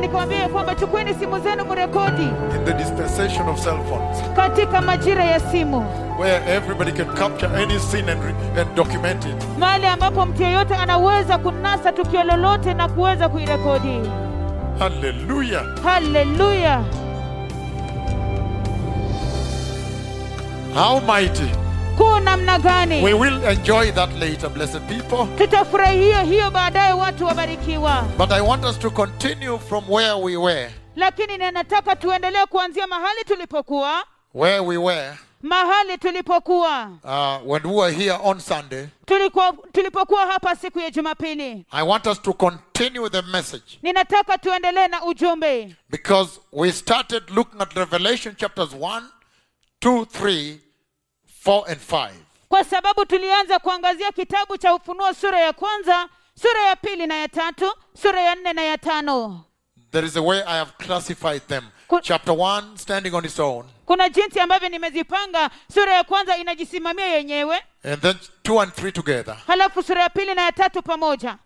nikamwambia ya kwamba chukueni simu zenu mrekodi in the dispensation of cell phones, katika majira ya simu, where everybody can capture any sin and, re- and document it. mahali ambapo mtu yeyote anaweza kunasa tukio lolote na kuweza kuirekodi. Hallelujah. Haleluya! How mighty. Kuu namna We gani! will enjoy that later, blessed people. Tutafurahia hiyo baadaye, watu wabarikiwa. But I want us to continue from where we were. Lakini ninataka tuendelee kuanzia mahali tulipokuwa, Where we were mahali tulipokuwa uh, when we were here on Sunday. tulikuwa, tulipokuwa hapa siku ya Jumapili. I want us to continue the message Ninataka tuendelee na ujumbe, because we started looking at Revelation chapters 1, 2, 3, 4, and 5. kwa sababu tulianza kuangazia kitabu cha Ufunuo sura ya kwanza, sura ya pili na ya tatu, sura ya nne na ya tano. There is a way I have classified them. Could- Chapter 1, standing on its own. Kuna jinsi ambavyo nimezipanga. Sura ya kwanza inajisimamia yenyewe, And then 2 and 3 together. halafu sura ya pili na ya tatu pamoja,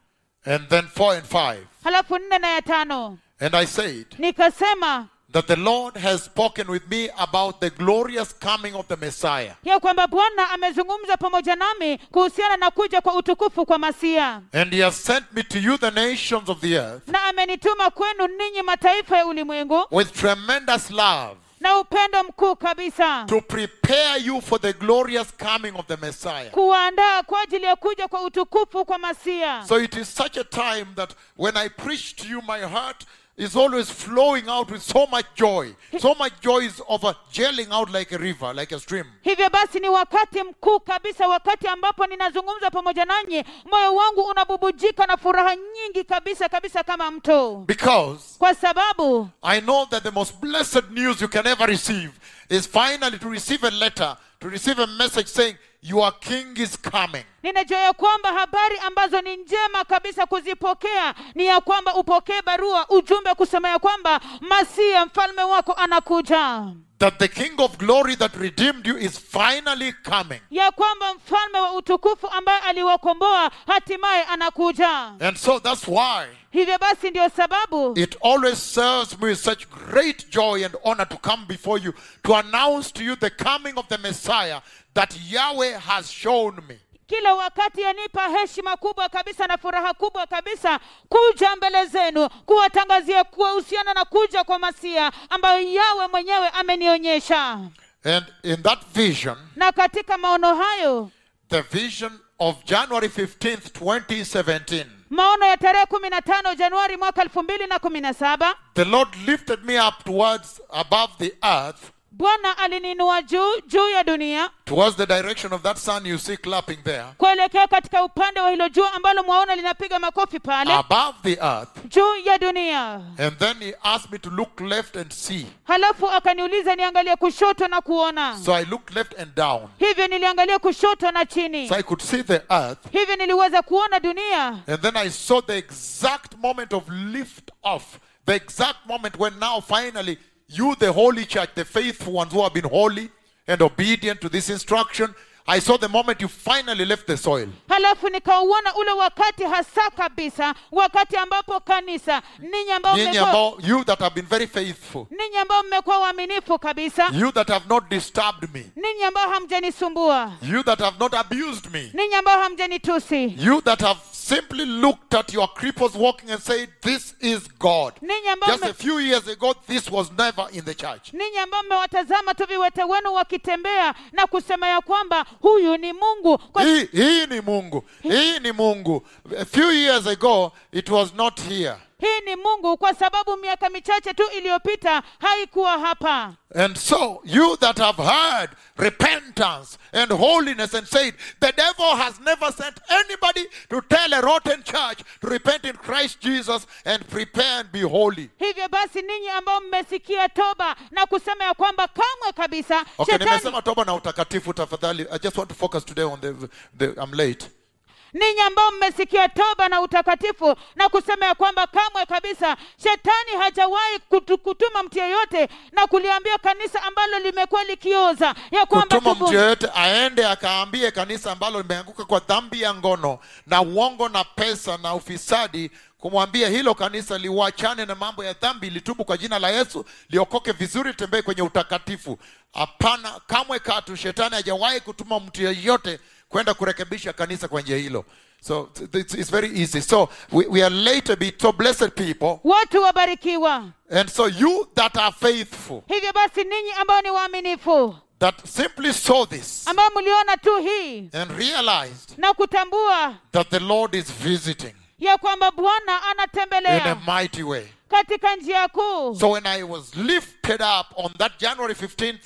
And then 4 and 5. halafu nne na ya tano. And I said Nikasema that the Lord has spoken with me about the glorious coming of the Messiah. ya kwamba Bwana amezungumza pamoja nami kuhusiana na kuja kwa utukufu kwa Masia, And he has sent me to you, the nations of the earth, na amenituma kwenu ninyi mataifa ya ulimwengu with tremendous love na upendo mkuu kabisa, to prepare you for the glorious coming of the Messiah. kuwaandaa kwa ajili ya kuja kwa utukufu kwa Masia. So it is such a time that when I preach to you, my heart is always flowing out with so much joy. So much joy is over gelling out like a river, like a stream. Hivyo basi ni wakati mkuu kabisa, wakati ambapo ninazungumza pamoja nanyi, moyo wangu unabubujika na furaha nyingi kabisa kabisa kama mto, Because kwa sababu I know that the most blessed news you can ever receive is finally to receive a letter, to receive a message saying, Your king is coming. ninajua ya kwamba habari ambazo ni njema kabisa kuzipokea ni ya kwamba upokee barua, ujumbe kusema ya kwamba Masia mfalme wako anakuja, That the king of glory that redeemed you is finally coming. ya kwamba mfalme wa utukufu ambaye aliwakomboa hatimaye anakuja. And so that's why Hivyo basi ndiyo sababu it always serves me with such great joy and honor to come before you to announce to you the coming of the Messiah that Yahweh has shown me. kila wakati yanipa heshima kubwa kabisa na furaha kubwa kabisa kuja mbele zenu kuwatangazia kuhusiana na kuja kwa masia ambayo yawe mwenyewe amenionyesha And in that vision, na katika maono hayo the vision of January 15th, 2017, maono ya tarehe kumi na tano januari mwaka elfu mbili na kumi na saba the Lord lifted me up towards above the earth, bwana aliniinua juu juu ya dunia towards the direction of that sun you see clapping there, kuelekea katika upande wa hilo jua ambalo mwaona linapiga makofi pale above the earth. juu ya dunia And then he asked me to look left and see. halafu akaniuliza niangalie kushoto na kuona So I looked left and down. hivyo niliangalia kushoto na chini So I could see the earth. hivyo niliweza kuona dunia And then I saw the exact moment of lift off. The exact moment when now finally you, the holy church, the faithful ones who have been holy and obedient to this instruction, I saw the moment you finally left the soil. halafu nikauona ule wakati hasa kabisa wakati ambapo kanisa ninyi ambao Nyinyi mmekuwa- ambao- You that have been very faithful, ninyi ambao mmekuwa waaminifu kabisa you that have not disturbed me, ninyi ambao hamjanisumbua you that have not abused me, ninyi ambao hamjanitusi you that have simply looked at your cripples walking and said, This is God. ninyi ambao Just mme- a few years ago, this was never in the church. ninyi ambao mmewatazama tu viwete wenu wakitembea na kusema ya kwamba huyu ni mungu kwa, hii, hii ni mungu hii ni mungu a few years ago it was not here hii ni mungu kwa sababu miaka michache tu iliyopita haikuwa hapa and so you that have heard repentance and holiness and said the devil has never sent anybody to tell a rotten church to repent in christ jesus and prepare and be holy hivyo basi ninyi ambao mmesikia toba na kusema ya kwamba kamwe kabisa okay shetani nimesema toba na utakatifu tafadhali i just want to focus today on the, the i'm late ninyi ambao mmesikia toba na utakatifu na kusema ya kwamba kamwe kabisa shetani hajawahi kutu, kutuma mtu yeyote na kuliambia kanisa ambalo limekuwa likioza ya kwamba kutuma mtu tubu, yeyote aende akaambie kanisa ambalo limeanguka kwa dhambi ya ngono na uongo na pesa na ufisadi kumwambia hilo kanisa liwachane na mambo ya dhambi litubu kwa jina la yesu liokoke vizuri tembee kwenye utakatifu hapana kamwe katu shetani hajawahi kutuma mtu yeyote kwenda kurekebisha kanisa kwa njia hilo so it's, it's very easy so we, we are late a bit so blessed people watu wabarikiwa and so you that are faithful hivyo basi ninyi ambao ni waaminifu that simply saw this ambao mliona tu hii and realized na kutambua that the lord is visiting ya kwamba bwana in a anatembelea mighty way katika njia kuu So when I was lifted up on that January 15th,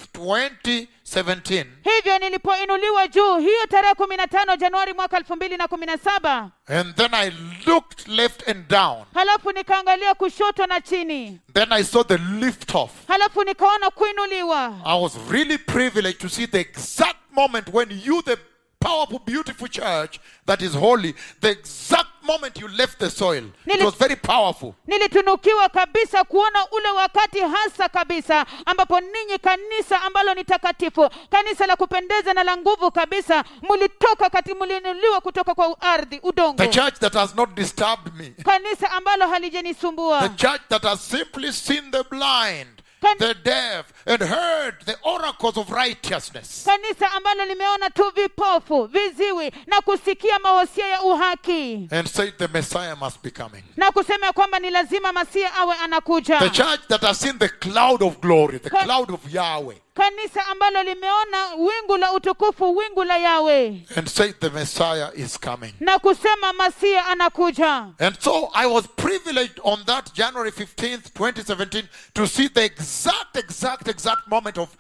2017, hivyo nilipoinuliwa juu hiyo tarehe kumi na tano januari mwaka elfu mbili na kumi na saba and then I looked left and down, halafu nikaangalia kushoto na chini then I saw the lift off. halafu nikaona kuinuliwa I was really privileged to see the exact moment when you, the powerful, beautiful church that is holy, the exact moment you left the soil. It Nili- was very powerful. nilitunukiwa kabisa kuona ule wakati hasa kabisa ambapo ninyi kanisa ambalo ni takatifu kanisa la kupendeza na la nguvu kabisa mulitoka kati muliinuliwa kutoka kwa ardhi udongo The church that has not disturbed me, kanisa ambalo the halijenisumbua church that has simply seen the blind, Can- the deaf, and heard the oracles of righteousness. kanisa ambalo limeona tu vipofu viziwi na kusikia mahosia ya uhaki and said the Messiah must be coming. na kusema ya kwamba ni lazima masia awe The anakuja church that has seen the cloud of glory, the Can- cloud of Yahweh, kanisa ambalo limeona wingu la utukufu wingu la yawe and said the Messiah is coming. na kusema masia anakuja And so I was privileged on that January 15th, 2017, to see the exact, exact, exact moment of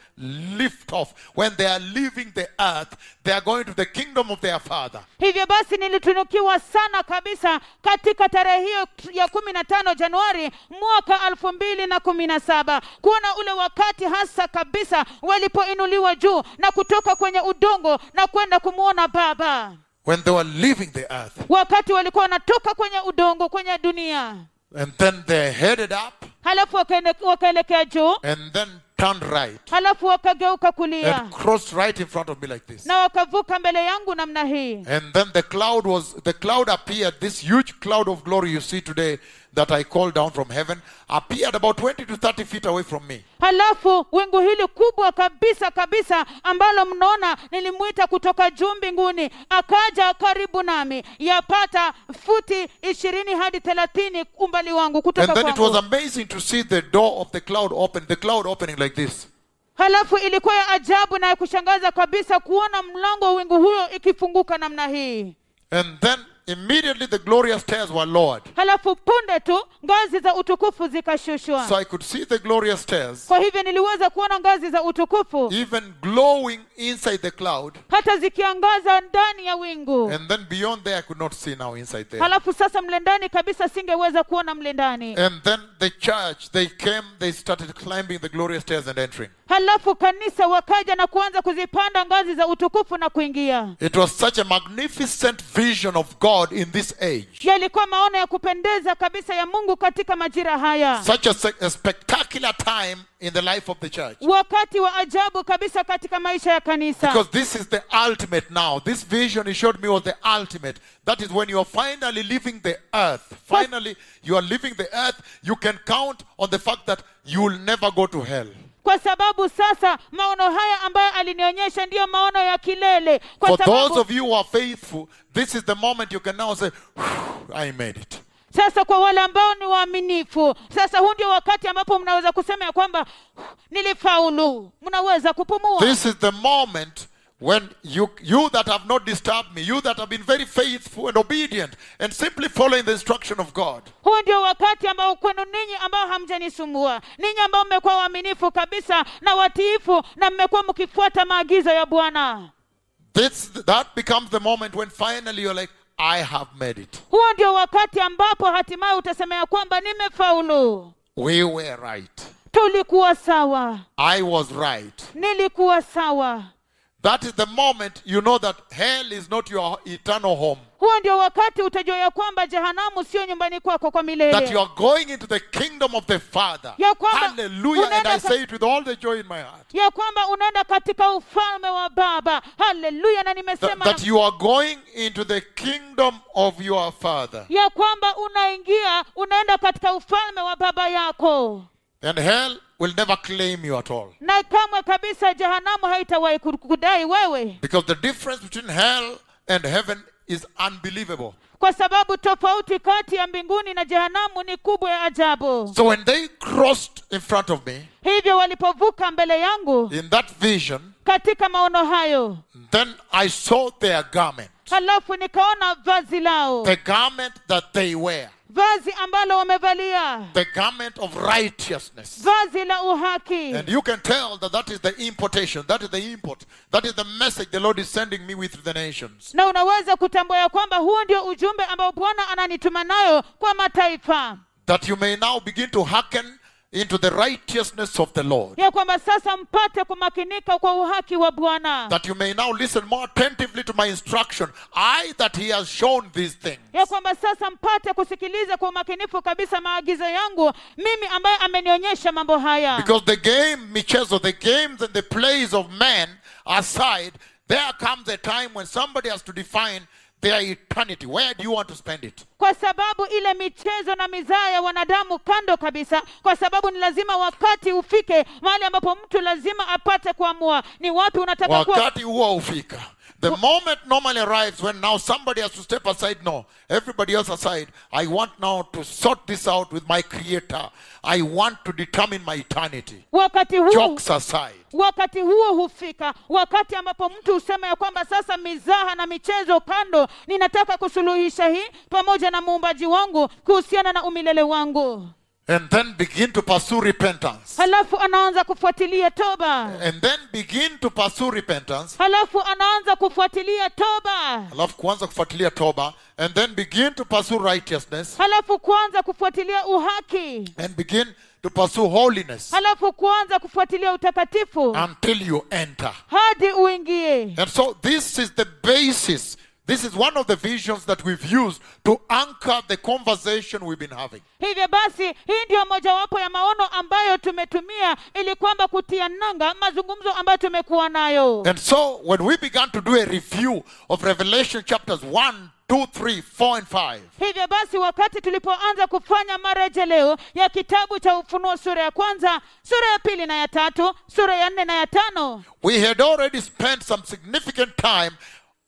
liftoff when they are leaving the earth. They are going to the kingdom of their Father. hivyo basi nilitunukiwa sana kabisa katika tarehe hiyo ya kumi na tano januari mwaka elfu mbili na kumi na saba kuona ule wakati hasa kabisa walipoinuliwa juu na kutoka kwenye udongo na kwenda kumwona baba When they were leaving the earth, wakati walikuwa wanatoka kwenye udongo kwenye dunia and then they headed up, halafu wakaende- wakaelekea juu and then turned right, halafu wakageuka kulia and crossed right in front of me like this. na wakavuka mbele yangu namna hii And then the cloud was the cloud appeared, this huge cloud of glory you see today that I called down from heaven appeared about 20 to 30 feet away from me. halafu wingu hili kubwa kabisa kabisa ambalo mnaona nilimwita kutoka juu mbinguni akaja karibu nami yapata futi ishirini hadi thelathini umbali wangu And kutoka then it was kwangu amazing to see the door of the cloud open, the cloud opening like this. halafu ilikuwa ya ajabu na ya kushangaza kabisa kuona mlango wa wingu huyo ikifunguka namna hii And then immediately the glorious stairs were lowered. halafu punde tu ngazi za utukufu zikashushwa So I could see the glorious stairs kwa hivyo niliweza kuona ngazi za utukufu even glowing inside the cloud. hata zikiangaza ndani ya wingu And then beyond there, I could not see now inside there. halafu sasa mle ndani kabisa singeweza kuona mle ndani And then the church, they came, they started climbing the glorious stairs and entering. halafu kanisa wakaja na kuanza kuzipanda ngazi za utukufu na kuingia It was such a magnificent vision of God in this age. yalikuwa maono ya kupendeza kabisa ya mungu katika majira haya Such a, sec- a spectacular time in the life of the church. wakati wa ajabu kabisa katika maisha ya kanisa Because this is the ultimate now. This vision he showed me was the ultimate. That is when you are finally leaving the earth. Finally, you are leaving the earth. You can count on the fact that you will never go to hell. kwa sababu sasa maono haya ambayo alinionyesha ndiyo maono ya kilele kwa For those sababu of you who are faithful, this is the moment you can now say, "Phew, I made it. sasa kwa wale ambao ni waaminifu sasa huu ndio wakati ambapo mnaweza kusema ya kwamba nilifaulu mnaweza kupumua This is the moment when you, you that have not disturbed me, you that have been very faithful and obedient and simply following the instruction of God, huu ndio wakati ambao kwenu ninyi ambao hamjanisumbua ninyi ambao mmekuwa waaminifu kabisa na watiifu na mmekuwa mkifuata maagizo ya bwana this, that becomes the moment when finally you're like, I have made it. huo ndio wakati ambapo hatimaye utasema ya kwamba nimefaulu We were right. tulikuwa sawa I was right. nilikuwa sawa That is the moment you know that hell is not your eternal home. huo ndio wakati utajua ya kwamba jehanamu sio nyumbani kwako kwa That you milele are going into the kingdom of the Father. Ya kwamba Hallelujah. And I unaenda ka- say it with all the joy in my heart. ya kwamba unaenda katika ufalme wa baba haleluya na That, nimesema that you are going into the kingdom of your Father. ya kwamba unaingia unaenda katika ufalme wa baba yako And hell will never claim you at all. na kamwe kabisa jehanamu haitawahi kukudai wewe Because the difference between hell and heaven is unbelievable. kwa sababu tofauti kati ya mbinguni na jehanamu ni kubwa ya ajabu So when they crossed in front of me hivyo walipovuka mbele yangu in that vision, katika maono hayo then I saw their garment, halafu nikaona vazi lao the garment that they wear, vazi ambalo wamevalia the garment of righteousness. vazi la uhaki And you can tell that that is the importation, that is the import, that is the message the Lord is sending me with to the nations. na unaweza kutambua ya kwamba huu ndio ujumbe ambao bwana ananituma nayo kwa mataifa That you may now begin to hearken into the righteousness of the Lord. ya kwamba sasa mpate kumakinika kwa uhaki wa bwana That you may now listen more attentively to my instruction. I that He has shown these things. ya kwamba sasa mpate kusikiliza kwa umakinifu kabisa maagizo yangu mimi ambaye amenionyesha mambo haya Because the game, Michezo, the games and the plays of men aside, there comes a time when somebody has to define their eternity. Where do you want to spend it? kwa sababu ile michezo na mizaa ya wanadamu kando kabisa kwa sababu ni lazima wakati ufike mahali ambapo mtu lazima apate kuamua ni wapi unataka kuwa Wakati huo ufika. oh, The moment normally arrives when now somebody has to step aside. No, everybody else aside. I want now to sort this out with my creator. I want to determine my eternity. wakati huu Jokes aside. wakati huo hufika wakati ambapo mtu husema ya kwamba sasa mizaha na michezo kando ninataka kusuluhisha hii pamoja na muumbaji wangu kuhusiana na umilele wangu And then begin to pursue repentance. halafu anaanza kufuatilia toba And then begin to pursue repentance. halafu anaanza kufuatilia toba alafu kuanza kufuatilia toba and then begin to pursue righteousness halafu kuanza kufuatilia uhaki and begin to pursue holiness halafu kuanza kufuatilia utakatifu until you enter hadi uingie and so this is the basis this is one of the visions that we've used to anchor the conversation we've been having hivyo basi hii ndiyo mojawapo ya maono ambayo tumetumia ili kwamba kutia nanga mazungumzo ambayo tumekuwa nayo and so when we began to do a review of revelation chapters 1 2 3 4 and 5 hivyo basi wakati tulipoanza kufanya marejeleo ya kitabu cha ufunuo sura ya kwanza sura ya pili na ya tatu sura ya nne na ya tano we had already spent some significant time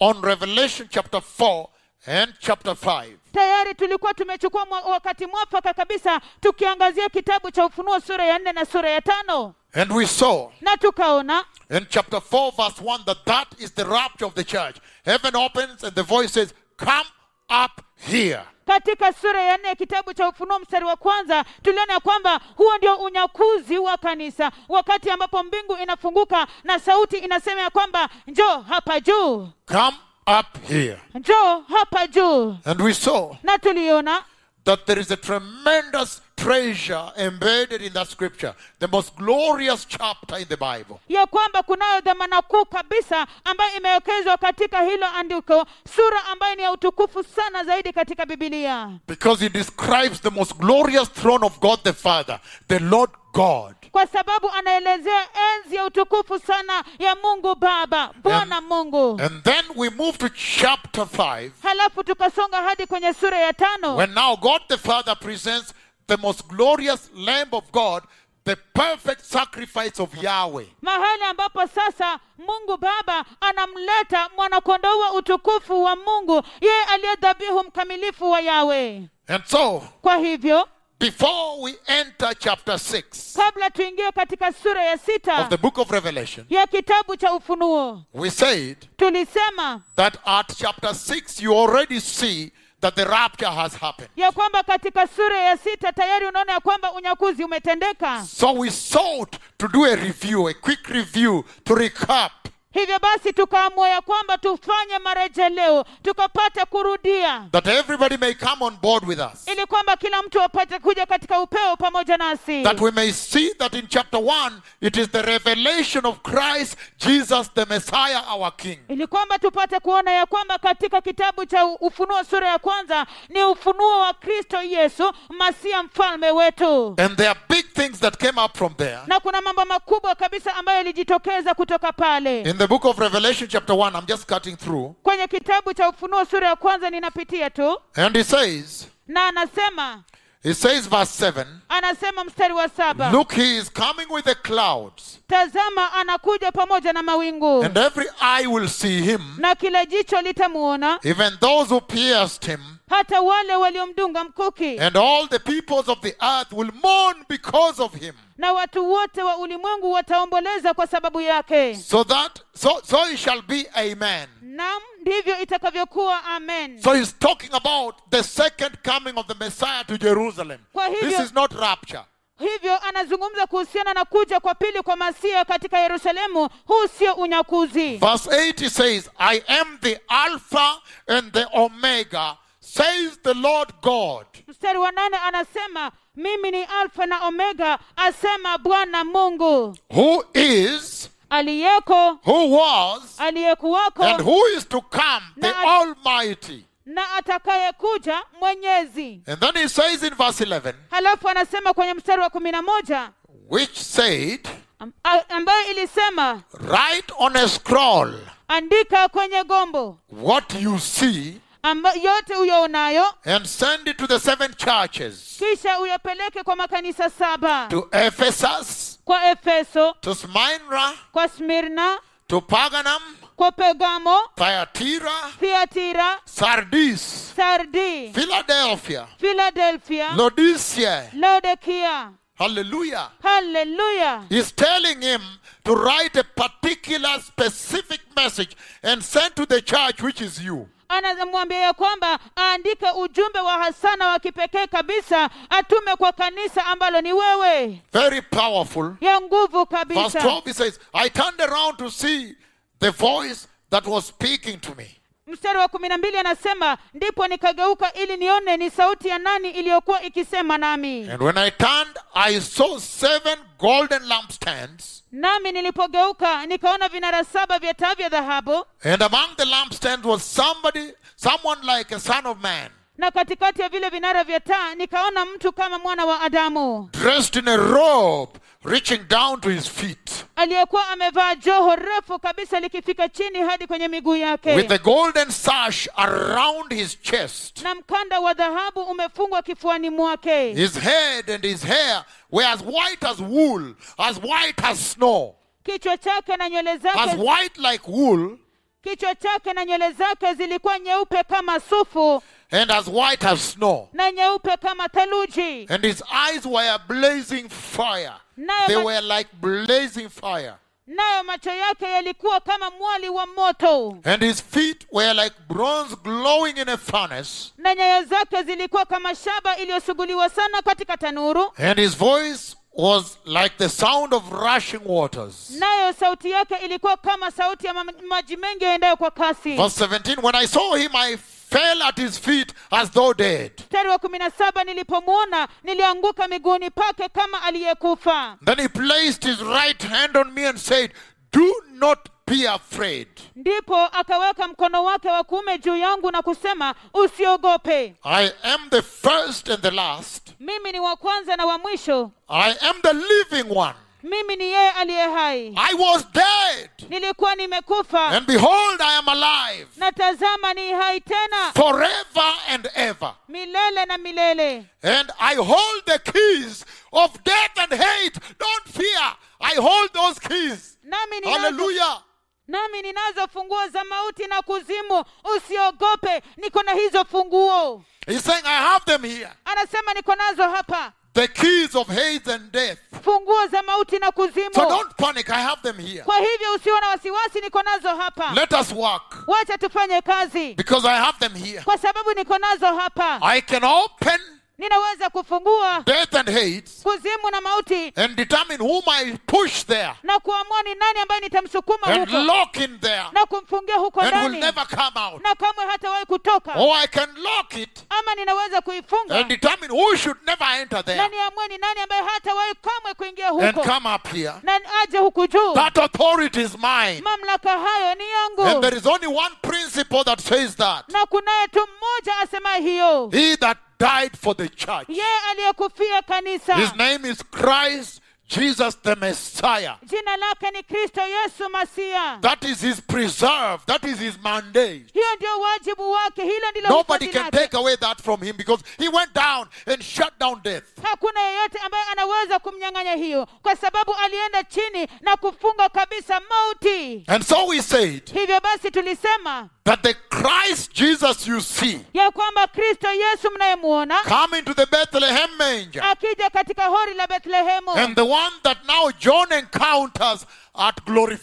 on revelation chapter 4 and chapter 5 tayari tulikuwa tumechukua mwa- wakati mwafaka kabisa tukiangazia kitabu cha ufunuo sura ya nne na sura ya tano and we saw na tukaona In chapter 4, verse 1, that that is the rapture of the church. Heaven opens and the voice says, Come up here. katika sura ya nne ya kitabu cha ufunuo mstari wa kwanza tuliona ya kwamba huo ndio unyakuzi wa kanisa wakati ambapo mbingu inafunguka na sauti inasema ya kwamba njoo hapa juu Come up here. njoo hapa juu And we saw na tuliona that there is a tremendous treasure embedded in that scripture, the most glorious chapter in the Bible. ya kwamba kunayo dhamana kuu kabisa ambayo imewekezwa katika hilo andiko sura ambayo ni ya utukufu sana zaidi katika bibilia Because it describes the most glorious throne of God the Father, the Lord God. kwa sababu anaelezea enzi ya utukufu sana ya mungu baba bwana mungu And then we move to chapter 5, halafu tukasonga hadi kwenye sura ya tano When now God the Father presents the most glorious Lamb of God, the perfect sacrifice of Yahweh. mahali ambapo sasa mungu baba anamleta mwanakondoo wa utukufu wa mungu yeye aliye dhabihu mkamilifu wa yawe And so, kwa hivyo before we enter chapter 6 kabla tuingie katika sura ya sita of the book of Revelation, ya kitabu cha ufunuo we said tulisema that at chapter 6 you already see that the rapture has happened. ya kwamba katika sura ya sita tayari unaona ya kwamba unyakuzi umetendeka So we sought to do a review, a quick review, to recap hivyo basi tukaamua ya kwamba tufanye marejeleo tukapate kurudia that everybody may come on board with us. ili kwamba kila mtu apate kuja katika upeo pamoja nasi That we may see that in chapter 1, it is the revelation of Christ, Jesus the Messiah, our King. ili kwamba tupate kuona ya kwamba katika kitabu cha U- ufunuo sura ya kwanza ni ufunuo wa kristo yesu masia mfalme wetu And there are big things that came up from there. na kuna mambo makubwa kabisa ambayo yalijitokeza kutoka pale In the book of Revelation, chapter 1, I'm just cutting through, kwenye kitabu cha ufunuo sura ya kwanza ninapitia tu and he says, na anasema he says, verse 7, anasema mstari wa saba Look, he is coming with the clouds, tazama anakuja pamoja na mawingu and every eye will see him, na kila jicho litamuona even those who pierced him, hata wale waliomdunga mkuki and all the peoples of the earth will mourn because of him. na watu wote wa ulimwengu wataomboleza kwa sababu yake So that, so, so it shall be, amen. nam ndivyo itakavyokuwa amen So he's talking about the second coming of the Messiah to Jerusalem. Kwa hivyo- This is not rapture. hivyo anazungumza kuhusiana na kuja kwa pili kwa masia katika yerusalemu huu sio unyakuzi Verse 80 says, I am the Alpha and the Omega, says the Lord God. mstari wa nane anasema mimi ni alfa na omega asema bwana mungu Who is, aliyeko who was, aliyekuwako and who is to come, the Na- Almighty. na atakayekuja mwenyezi And then he says in verse 11, halafu anasema kwenye mstari wa kumi na moja which said, am- a- ambayo ilisema Write on a scroll andika kwenye gombo what you see amba, yote uyaonayo and send it to the seven churches kisha uyapeleke kwa makanisa saba to Ephesus, kwa efeso to Smyrna, kwa smirna to Paganum, kwa pergamo Thyatira, thiatira Sardis, sardi Philadelphia, filadelfia Laodicea. laodikia Hallelujah. haleluya He's telling him to write a particular, specific message and send to the church, which is you. anamwambia ya kwamba aandike ujumbe wa hasana wa kipekee kabisa atume kwa kanisa ambalo ni wewe Very powerful. ya nguvu Verse kabisa 12, he says, I turned around to see the voice that was speaking to me. mstari wa kumi na mbili anasema ndipo nikageuka ili nione ni sauti ya nani iliyokuwa ikisema nami And when I turned, I saw seven golden lampstands. nami nilipogeuka nikaona vinara saba vya taa vya dhahabu And among the lampstands was somebody, someone like a son of man. na katikati ya vile vinara vya taa nikaona mtu kama mwana wa adamu dressed in a robe reaching down to his feet aliyekuwa amevaa joho refu kabisa likifika chini hadi kwenye miguu yake with a golden sash around his chest na mkanda wa dhahabu umefungwa kifuani mwake his head and his hair were as white as wool as white as snow kichwa chake na nywele as zake white like wool kichwa chake na nywele zake zilikuwa nyeupe kama sufu and as white as snow na nyeupe kama theluji and his eyes were a blazing fire Nayo they ma- were like blazing fire nayo macho yake yalikuwa kama mwali wa moto and his feet were like bronze glowing in a furnace na nyayo zake zilikuwa kama shaba iliyosuguliwa sana katika tanuru and his voice was like the sound of rushing waters nayo sauti yake ilikuwa kama sauti ya mam- maji mengi yaendayo kwa kasi Verse 17 When I saw him, I fell at his feet as though dead. mstari wa kumi na saba nilipomwona nilianguka miguuni pake kama aliyekufa Then he placed his right hand on me and said, Do not be afraid. ndipo akaweka mkono wake wa kuume juu yangu na kusema usiogope I am the first and the last. mimi ni wa kwanza na wa mwisho I am the living one. mimi ni yeye aliye hai I was dead. nilikuwa nimekufa And behold, I am alive na tazama ni hai tena forever and ever. milele na milele And I hold the keys of death and hate. Don't fear. I hold those keys. nami ninazo Hallelujah. nami ninazo funguo za mauti na kuzimu usiogope niko na hizo funguo He's saying, I have them here. anasema niko nazo hapa The keys of hate and death. funguo za mauti na kuzimu So don't panic. I have them here. kwa hivyo usiwe na wasiwasi niko nazo hapa Let us work wacha tufanye kazi because I have them here. kwa sababu niko nazo hapa I can open ninaweza kufungua death and hate kuzimu na mauti and determine whom I push there na kuamua ni nani ambaye nitamsukuma and huko lock him there na kumfungia huko and will ndani never come out. na kamwe hatawahi kutoka Or I can lock it ama ninaweza kuifunga and determine who should never enter na there niamue ni nani ambaye hatawahi kamwe kuingia and huko come up here. na aje huku juu That authority is mine. mamlaka hayo ni And there yangu is only one principle that says that. na kunaye tu mmoja asema hiyo He that died for the church. yeye aliyekufia kanisa His name is Christ Jesus the Messiah. jina lake ni kristo yesu masia That is his preserve. That is his mandate. hiyo ndio wajibu wake hilo ndilo Nobody hifadhi can lake. take away that from him because he went down and shut down death. hakuna yeyote ambaye anaweza kumnyang'anya hiyo kwa sababu alienda chini na kufunga kabisa mauti And so we said hivyo basi tulisema that the Christ Jesus you see ya kwamba kristo yesu mnayemwona come into the Bethlehem manger akija katika hori la bethlehemu and the one that now John encounters at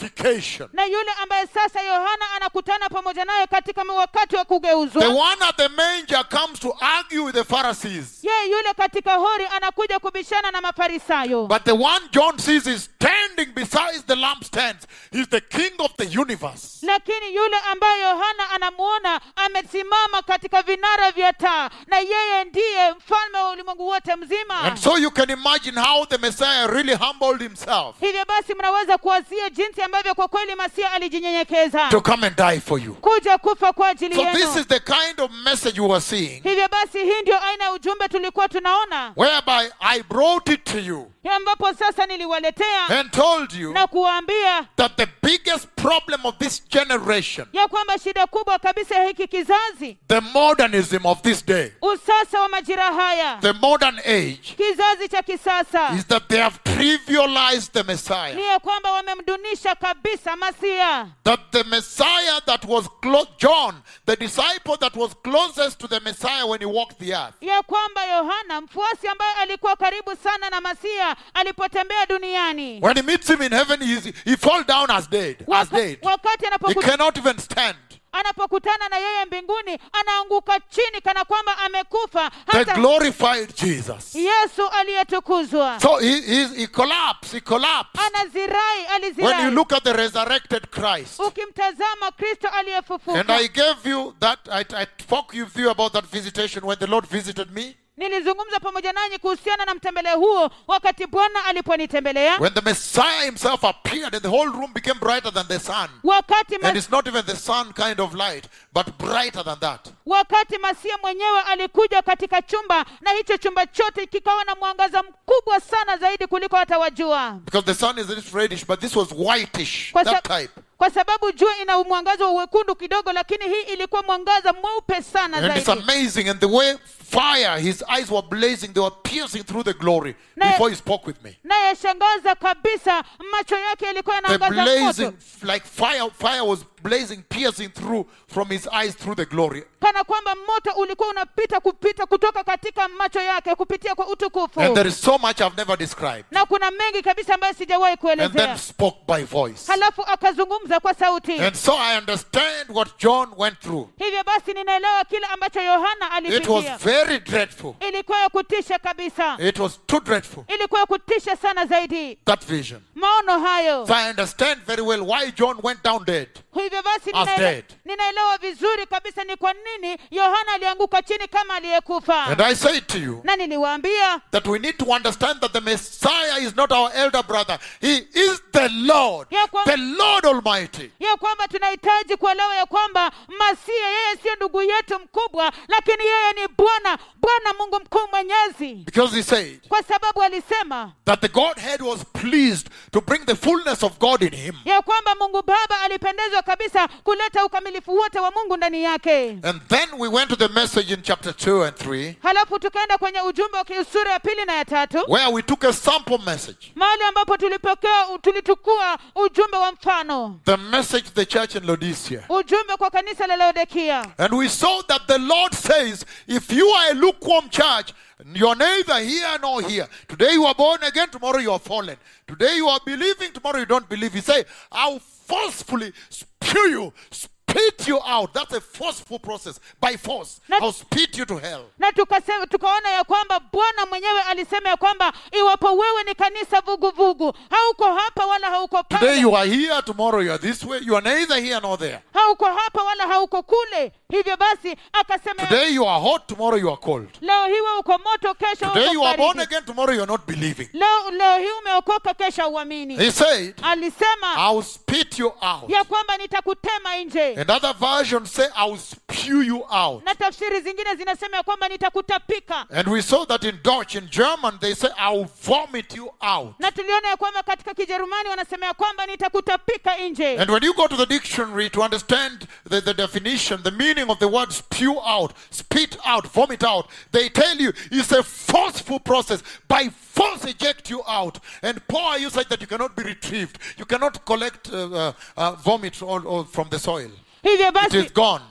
glorification. na yule ambaye sasa yohana anakutana pamoja naye katika wakati wa The kugeuzwa one at the manger comes to argue with the Pharisees. yeye yule katika hori anakuja kubishana na mafarisayo But the one John sees is standing beside the lampstands. He's the king of the universe. lakini yule ambaye yohana anamwona amesimama katika vinara vya taa na yeye ndiye mfalme wa ulimwengu wote mzima And so you can imagine how the Messiah really humbled himself hivyo basi mnaweza kuwazia jinsi ambavyo kwa kweli masia alijinyenyekeza to come and die for you. kuja kufa kwa ajili So this yenu is the kind of message you were seeing, hivyo basi hii ndio aina ya ujumbe tulikuwa tunaona whereby I brought it to you Ya ambapo sasa niliwaletea and told you na kuwaambia that the biggest problem of this generation, ya kwamba shida kubwa kabisa ya hiki kizazi the modernism of this day, usasa wa majira haya the modern age, kizazi cha kisasa is that they have trivialized the Messiah. ni ya kwamba wamemdunisha kabisa masia that the Messiah that was close, John, the disciple that was closest to the Messiah when he walked the earth, ya kwamba yohana mfuasi ambaye alikuwa karibu sana na masia alipotembea duniani when he meets him in heaven, he, is- he fall down as dead, as Waka, dead. wakati He anapokuta, cannot even stand. anapokutana na yeye mbinguni anaanguka chini kana kwamba amekufa They hata glorified Jesus. yesu aliyetukuzwa So he, he, he collapsed, he collapsed. anazirai When you alizirai look at the resurrected Christ, Oh, ukimtazama kristo and aliyefufuka I gave you that, I, I spoke with you about that visitation when the Lord visited me, nilizungumza pamoja nanyi kuhusiana na mtembeleo huo wakati bwana aliponitembelea when the Messiah himself appeared and the whole room became brighter than the sun. wakati, And mas, it's not even the sun kind of light, but brighter than that. wakati masia mwenyewe alikuja katika chumba na hicho chumba chote kikawa na mwangaza mkubwa sana zaidi kuliko hata wajua Because the sun is a little reddish, but this was whitish, kwa, that sa, type. kwa sababu jua ina mwangaza wa uwekundu kidogo lakini hii ilikuwa mwangaza mweupe sana And it's zaidi amazing. And the way fire, his eyes were blazing, they were piercing through the glory Na- before he spoke with me. naye shangaza kabisa macho yake yalikuwa The yanaangaza moto blazing, like fire, fire was blazing, piercing through from his eyes through the glory. kana kwamba moto ulikuwa unapita kupita kutoka katika macho yake kupitia kwa utukufu And there is so much I've never described. na kuna mengi kabisa ambayo sijawahi And then kuelezea spoke by voice. halafu akazungumza kwa sauti And so I understand what John went through. hivyo basi ninaelewa kile ambacho yohana It was alipitia very dreadful. ilikuwa ya kutisha kabisa It was too dreadful, ilikuwa ya kutisha sana zaidi that vision. maono hayo So I understand very well why John went down dead. hivyo basi As ninaele- dead. ninaelewa vizuri kabisa ni kwa nini yohana alianguka chini kama And aliyekufa I say to you na niliwaambia that we need to understand that the Messiah is not our elder brother. He is the Lord, Yeah, kwa- the Lord Almighty. ya kwamba tunahitaji kuelewa ya kwamba masia yeye siyo ndugu yetu mkubwa lakini yeye ni bwana bwana mungu mkuu mwenyezi Because he said kwa sababu alisema that the Godhead was pleased to bring the fullness of God in him. ya kwamba mungu baba alipendezwa kabisa kuleta ukamilifu wote wa mungu ndani yake And then we went to the message in chapter 2 and 3, halafu tukaenda kwenye ujumbe wa kiusura ya pili na ya tatu where we took a sample message. mahali ambapo tulipokea tulitukua ujumbe wa mfano The message to the church in Laodicea. ujumbe kwa kanisa la laodikia And we saw that the Lord says, if you are a lukewarm church, you're neither here nor here. Today you are born again, tomorrow you are fallen. Today you are believing, tomorrow you don't believe. He say, I'll forcefully spew you, spew spit you out. That's a forceful process. By force, Not- I'll spit you to hell. na tukasema, tukaona ya kwamba Bwana mwenyewe alisema ya kwamba iwapo wewe ni kanisa vuguvugu, hauko hapa wala hauko Today pale, you are here, tomorrow you are this way. You are neither here nor there. hauko hapa wala hauko kule. Hivyo basi akasema, Today you are hot, tomorrow you are cold. leo hii wewe uko moto, kesho Today you uko are born baridi. again, tomorrow you are not believing. Leo, leo hii umeokoka, kesho uamini. He said, Alisema I'll spit you out. ya kwamba nitakutema nje, And other versions say, I'll spew you out. na tafsiri zingine zinasema ya kwamba nitakutapika, And we saw that in Dutch, in German, they say, I'll vomit you out. na tuliona ya kwamba katika Kijerumani wanasema ya kwamba nitakutapika nje. And when you go to the dictionary to understand the, the definition, the meaning of the word spew out, spit out, vomit out, they tell you it's a forceful process. By force, eject you out and pour you such that you cannot be retrieved. You cannot collect uh, uh, uh, vomit all, all from the soil. Hivyo It is basi gone.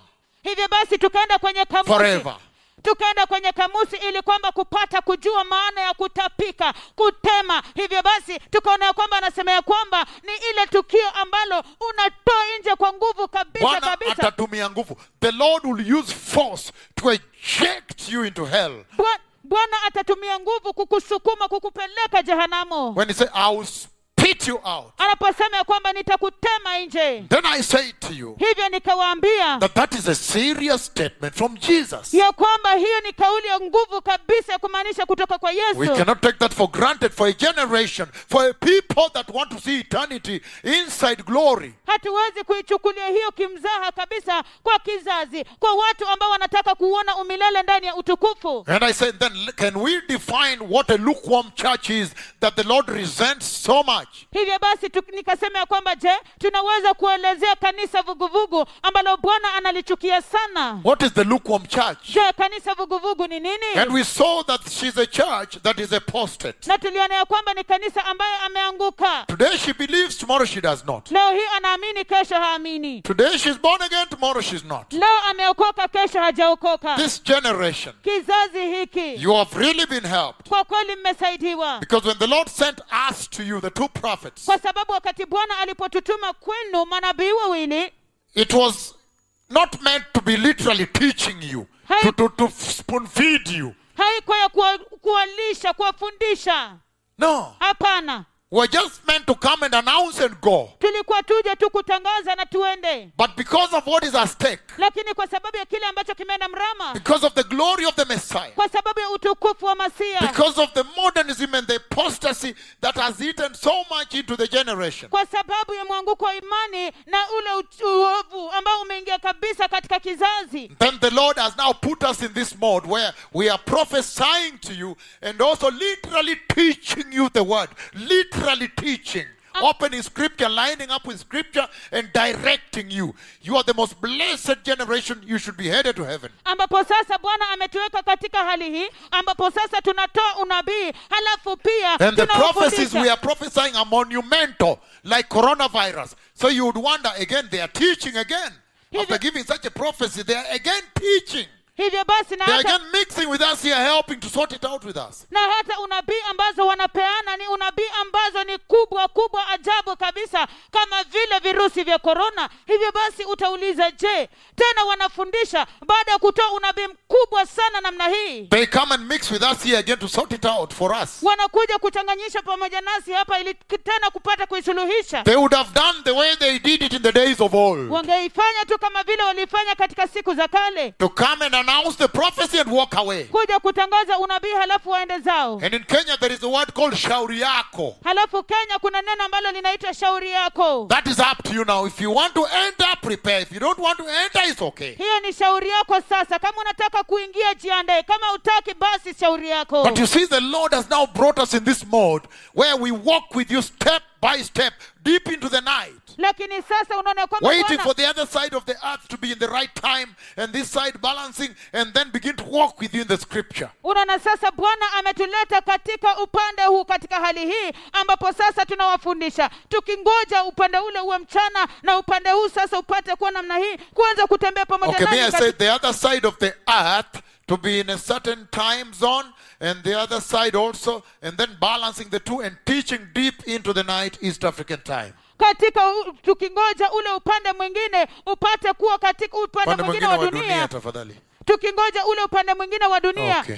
hivyo basi tukaenda kwenye kamusi Forever. tukaenda kwenye kamusi ili kwamba kupata kujua maana ya kutapika kutema hivyo basi tukaona ya kwamba anasema ya kwamba ni ile tukio ambalo unatoa nje kwa nguvu kabisa Bwana kabisa atatumia nguvu. The Lord will use force to eject you into hell. Bwa- bwana atatumia nguvu kukusukuma kukupeleka jehanamu When he said, I will spit you out, anaposema ya kwamba nitakutema nje then I say to you, hivyo nikawaambia that that is a serious statement from Jesus. ya kwamba hiyo ni kauli ya nguvu kabisa ya kumaanisha kutoka kwa We yesu cannot take that for granted for a generation, for a people that want to see eternity inside glory. hatuwezi kuichukulia hiyo kimzaha kabisa kwa kizazi kwa watu ambao wanataka kuona umilele ndani ya utukufu And I said, then can we define what a lukewarm church is that the Lord resents so much? hivyo basi tu, nikasema ya kwamba je tunaweza kuelezea kanisa vuguvugu ambalo bwana analichukia sana What is the lukewarm church? je kanisa vuguvugu ni And nini we saw that she's a church that is apostate. na tuliona ya kwamba ni kanisa ambaye ameanguka Today she believes, tomorrow she does not. leo hii anaamini kesho haamini Today she's born again, tomorrow she's not. leo ameokoka kesho hajaokoka This generation, kizazi hiki you have really been helped. kwa kweli mmesaidiwa Because when the Lord sent us to you, the two prophets, kwa sababu wakati bwana alipotutuma kwenu manabii wawili It was not meant to be literally teaching you, Hey. to, to, to spoon feed you. haikuwa ya kuwa- kuwalisha kuwafundisha No. hapana We're just meant to come and announce and go. tulikuwa tuje tu kutangaza na tuende But because of what is at stake, lakini kwa sababu ya kile ambacho kimeenda mrama because of the glory of the Messiah, kwa sababu ya utukufu wa masia because of the modernism and the apostasy that has eaten so much into the generation, kwa sababu ya mwanguko wa imani na ule uch- uovu ambao umeingia kabisa katika kizazi then the Lord has now put us in this mode where we are prophesying to you and also literally teaching you the word, literally teaching. Opening scripture, lining up with scripture, and directing you. You are the most blessed generation. You should be headed to heaven. ambapo sasa bwana ametuweka katika hali hii ambapo sasa tunatoa unabii halafu pia And the prophecies tunawafundisha. we are prophesying are monumental, like coronavirus. So you would wonder again, they are teaching again. After giving such a prophecy, they are again teaching. hivyo basi na They are hata again mixing with us here, helping to sort it out with us. na hata unabii ambazo wanapeana ni unabii ambazo ni kubwa kubwa ajabu kabisa kama vile virusi vya korona hivyo basi utauliza je tena wanafundisha baada ya kutoa unabii mkubwa sana namna hii They come and mix with us here again to sort it out for us. wanakuja kuchanganyisha pamoja nasi hapa ili k- tena kupata kuisuluhisha They would have done the way they did it in the days of old wangeifanya tu kama vile walifanya katika siku za kale to come and announce the prophecy and walk away. kuja kutangaza unabii halafu waende zao And in Kenya, there is a word called shauriako. halafu kenya kuna neno ambalo linaitwa shauri yako That is up to you now. If you want to enter, prepare. If you don't want to enter, it's okay. hiyo ni shauri yako sasa kama unataka kuingia jiandae kama utaki basi shauri yako But you see, the Lord has now brought us in this mode where we walk with you step by step, deep into the night, lakini sasa unaona kwamba waiting Bwana- for the other side of the earth to be in the right time and this side balancing, and then begin to walk with you in the scripture. unaona sasa bwana ametuleta katika upande huu katika hali hii ambapo sasa tunawafundisha tukingoja upande ule uwe mchana na upande huu sasa upate kuwa namna hii kuanza kutembea pamoja Okay, may I nani say katika- the other side of the earth to be in a certain time zone, and the other side also, and then balancing the two and teaching deep into the night East African time. katika u- tukingoja ule upande mwingine upate kuwa katika upande, upande mwingine mwingine wa wa dunia, dunia tafadhali tukingoja ule upande mwingine wa dunia okay.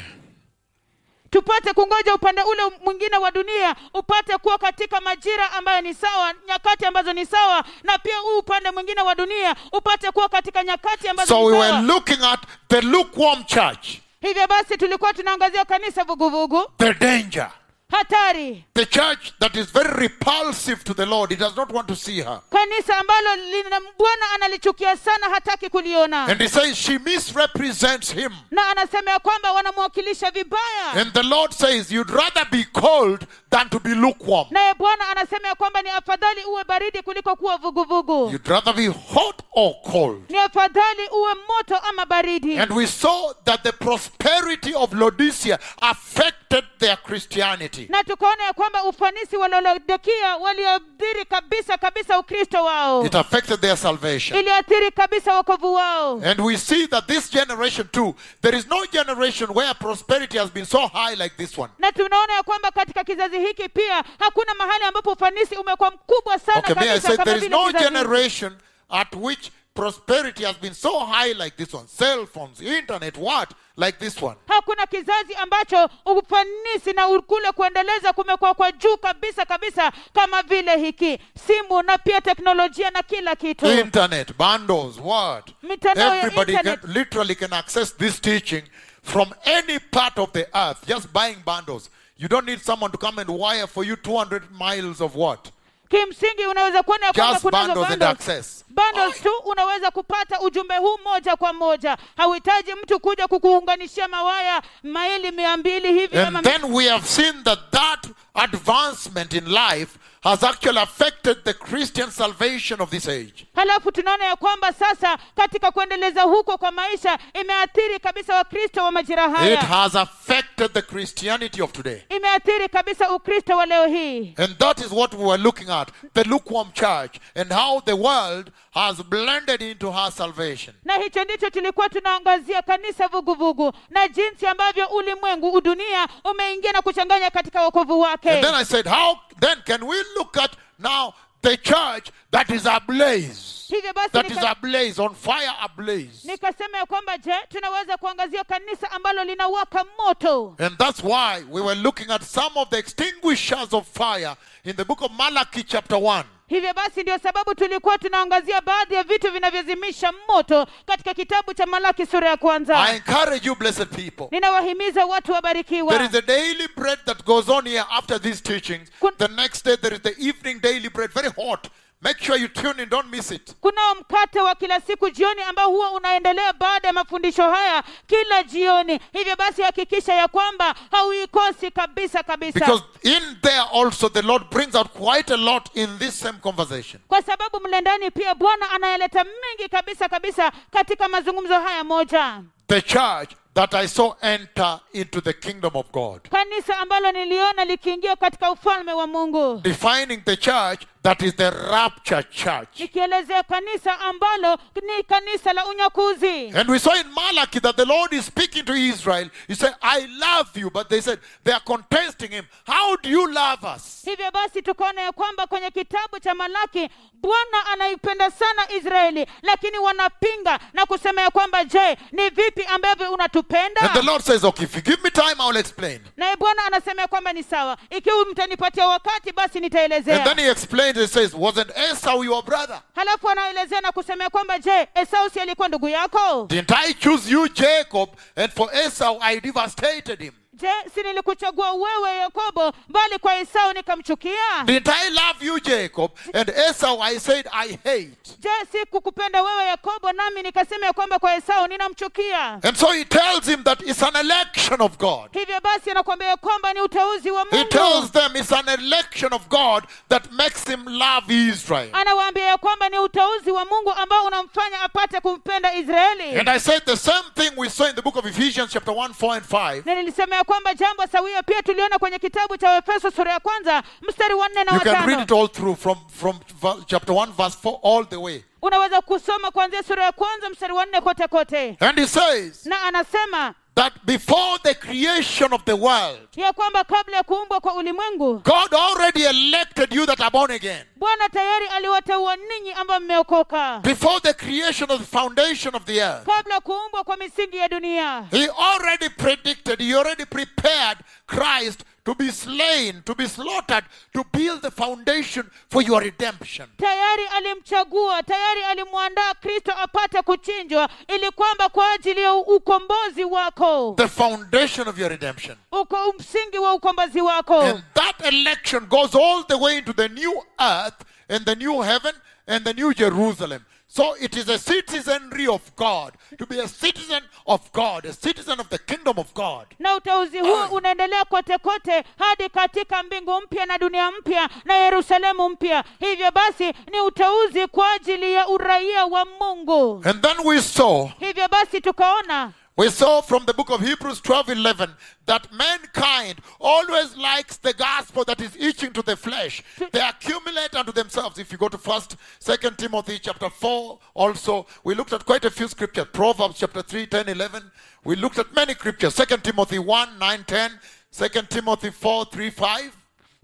tupate kungoja upande ule mwingine wa dunia upate kuwa katika majira ambayo ni sawa nyakati ambazo ni sawa na pia huu upande mwingine wa dunia upate kuwa katika nyakati ambazo so we ni were sawa looking at the lukewarm church hivyo basi tulikuwa tunaangazia kanisa vuguvugu the danger hatari the church that is very repulsive to the lord he does not want to see her kanisa ambalo lina bwana analichukia sana hataki kuliona and he says she misrepresents him na anasema ya kwamba wanamwakilisha vibaya and the lord says you'd rather be cold than to be lukewarm naye bwana anasema ya kwamba ni afadhali uwe baridi kuliko kuwa vuguvugu you'd rather be hot or cold ni afadhali uwe moto ama baridi And we saw that the prosperity of Laodicea affected their Christianity. na tukaona ya kwamba ufanisi wa lolodokia waliathiri kabisa kabisa ukristo wao It affected their salvation. iliathiri kabisa wokovu wao And we see that this generation too, there is no generation where prosperity has been so high like this one. na tunaona ya kwamba katika kizazi hiki pia hakuna mahali ambapo ufanisi umekuwa mkubwa sana Okay, may I kabisa say kama there is vile no kizazi hiki. generation at which prosperity has been so high like this one. Cell phones, internet, what? Like this one. hakuna kizazi ambacho ufanisi na kule kuendeleza kumekuwa kwa juu kabisa kabisa kama vile hiki simu na pia teknolojia na kila kitu Internet, bundles, what? Mitandao ya Everybody can, internet. literally can access this teaching from any part of the earth, just buying bundles. You don't need someone to come and wire for you 200 miles of what? kimsingi unaweza kuona ya kwamba Just kunazo bundles and bundles. access. bundles tu unaweza kupata ujumbe huu moja kwa moja hauhitaji mtu kuja kukuunganishia mawaya maili mia mbili hivi ama And then we have seen that that advancement in life has actually affected the Christian salvation of this age. halafu tunaona ya kwamba sasa katika kuendeleza huko kwa maisha imeathiri kabisa wakristo wa majira It haya has affected the Christianity of today. imeathiri kabisa ukristo wa leo hii And that is what we were looking at the lukewarm church and how the world has blended into her salvation. na hicho ndicho tulikuwa tunaangazia kanisa vuguvugu na jinsi ambavyo ulimwengu udunia umeingia na kuchanganya katika wokovu wake And then I said, How then can we look at now the church that is ablaze? hivyo basi That is nika- ablaze, on fire ablaze. nikasema ya kwamba je tunaweza kuangazia kanisa ambalo linawaka moto And that's why we were looking at some of the extinguishers of fire in the book of Malachi, chapter 1. hivyo basi ndio sababu tulikuwa tunaangazia baadhi ya vitu vinavyozimisha moto katika kitabu cha malaki sura ya I kwanza encourage you, blessed people. ninawahimiza watu wabarikiwa There is a daily bread that goes on here after these teachings. Kun- The next day, there is the evening daily bread, very hot. Make sure you tune in, don't miss it. kunao mkate wa kila siku jioni ambao huwa unaendelea baada ya mafundisho haya kila jioni hivyo basi hakikisha ya kwamba hauikosi kabisa kabisa Because in there also, the Lord brings out quite a lot in this same conversation. kwa sababu mle ndani pia bwana anayeleta mengi kabisa kabisa katika mazungumzo haya moja the church that I saw enter into the kingdom of God. kanisa ambalo niliona likiingia katika ufalme wa mungu Defining the church that is the rapture church. nikielezea kanisa ambalo ni kanisa la unyakuzi And we saw in Malachi that the Lord is speaking to Israel. He said, I love you. But they said, they are contesting him. How do you love us? hivyo basi tukaona ya kwamba kwenye kitabu cha malaki bwana anaipenda sana israeli lakini wanapinga na kusema ya kwamba je ni vipi ambavyo unatupenda And the Lord says, okay, if you give me time, I'll explain. naye bwana anasema ya kwamba ni sawa ikiwa mtanipatia wakati basi nitaelezea And then he explains, he says, wasn't Esau your brother? halafu anaelezea na kusema ya kwamba je esau si alikuwa ndugu yako Didn't I choose you, Jacob? And for Esau, I devastated him. je si nilikuchagua wewe yakobo bali kwa esau nikamchukia Didn't I love you, Jacob? And Esau, I said, I hate. je si kukupenda wewe yakobo nami nikasema ya kwamba kwa esau ninamchukia And so he tells him that it's an election of God. hivyo basi anakuambia ya kwamba ni uteuzi wa He tells mungu them it's an election of God that makes him love Israel. anawaambia ya kwamba ni uteuzi wa mungu ambao unamfanya apate kumpenda israeli And I said the same thing we saw in the book of Ephesians, chapter 1, 4, and 5. na nilisema ya kwamba jambo sawia pia tuliona kwenye kitabu cha efeso sura ya kwanza mstari wa nne na You can read it watano all through from, from v- chapter 1, verse 4, all the way. unaweza kusoma kuanzia sura ya kwanza mstari wa nne kote kote And he says na anasema that before the creation of the world, ya kwamba kabla ya kuumbwa kwa ulimwengu God already elected you that are born again. bwana tayari aliwateua ninyi ambao mmeokoka Before the creation of the foundation of the earth, kabla ya kuumbwa kwa misingi ya dunia He already predicted, He already prepared Christ to be slain, to be slaughtered, to build the foundation for your redemption. tayari alimchagua tayari alimwandaa kristo apate kuchinjwa ili kwamba kwa ajili ya ukombozi wako The foundation of your redemption. uko msingi wa ukombozi wako And that election goes all the way into the new earth and the new heaven and the new Jerusalem. So it is a citizenry of God. To be a citizen of God, a citizen of the kingdom of God. na uteuzi huu unaendelea kote kote hadi katika mbingu mpya na dunia mpya na yerusalemu mpya hivyo basi ni uteuzi kwa ajili ya uraia wa mungu And then we saw, hivyo basi tukaona we saw from the book of Hebrews 12 11 that mankind always likes the gospel that is itching to the flesh. They accumulate unto themselves. If you go to first, second Timothy chapter 4, also, we looked at quite a few scriptures. Proverbs chapter 3, 10, 11. We looked at many scriptures. Second Timothy 1, 9, 10, 2 Timothy 4, 3, 5.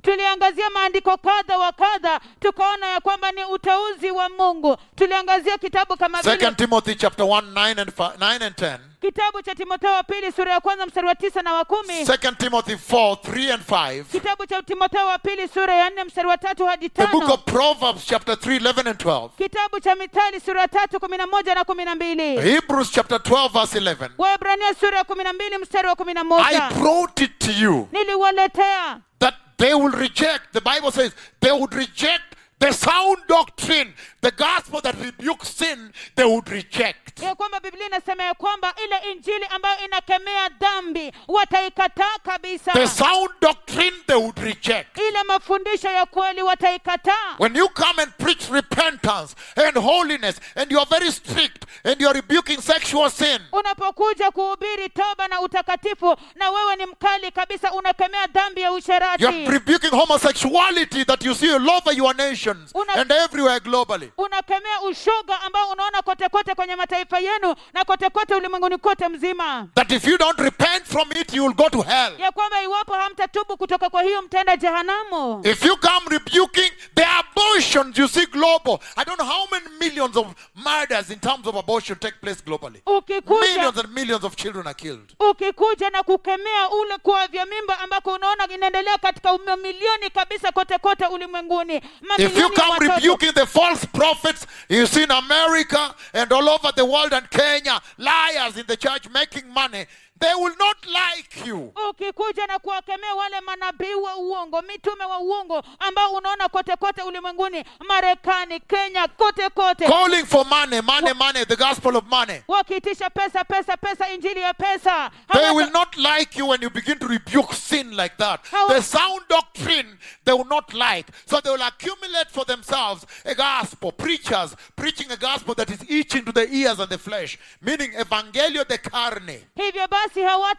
tuliangazia maandiko kadha wa kadha tukaona ya kwamba ni uteuzi wa mungu tuliangazia kitabu kama vile Second Timothy chapter 1, 9 and, 5, 9 and 10. kitabu cha timotheo wa pili sura ya kwanza mstari wa tisa na wa kumi Second Timothy 4, 3 and 5. kitabu cha timotheo wa pili sura ya nne mstari wa tatu hadi The book tano of Proverbs chapter 3, 11 and 12. kitabu cha mithali sura ya tatu kumi na moja na kumi na mbili Hebrews chapter 12, verse 11. waebrania sura ya kumi na mbili mstari wa kumi na I moja brought it to you niliwaletea that they will reject, the Bible says, they would reject the sound doctrine, the gospel that rebukes sin, they would reject. ya kwamba biblia inasema ya kwamba ile injili ambayo inakemea dhambi wataikataa kabisa The sound doctrine, they would reject. ile mafundisho ya kweli wataikataa When you come and preach repentance and holiness, and you are very strict, and you are rebuking sexual sin, Oh, unapokuja kuhubiri toba na utakatifu na wewe ni mkali kabisa unakemea dhambi ya you usherati are rebuking homosexuality that you see all over your nations Una- and everywhere globally. unakemea ushoga ambao unaona kote kote kwenye mataifa yenu na kote kote ulimwenguni kote mzima That if you don't repent from it, you will go to hell. ya kwamba iwapo hamtatubu kutoka kwa hiyo mtaenda jehanamu If you come rebuking the abortions you see global, I don't know how many millions of murders in terms of abortion take place globally. ukikuja Millions and millions of children are killed. ukikuja na kukemea ule kuavya mimba ambako unaona inaendelea katika ume- milioni kabisa kote kote ulimwenguni If you mamilioni ya come watoto rebuking the false prophets you see in America and all over the world and Kenya, liars in the church making money, they will not like you. ukikuja na kuwakemea wale manabii wa uongo mitume wa uongo ambao unaona kote kote ulimwenguni marekani kenya kote kote Calling for money, money, money, the gospel of money. wakiitisha pesa pesa pesa injili ya pesa They Hawata- will not like you when you begin to rebuke sin like that. How- The sound doctrine they will not like. So they will accumulate for themselves a gospel, preachers preaching a gospel that is itching to the ears and the flesh, meaning Evangelio de carne. hivyo basi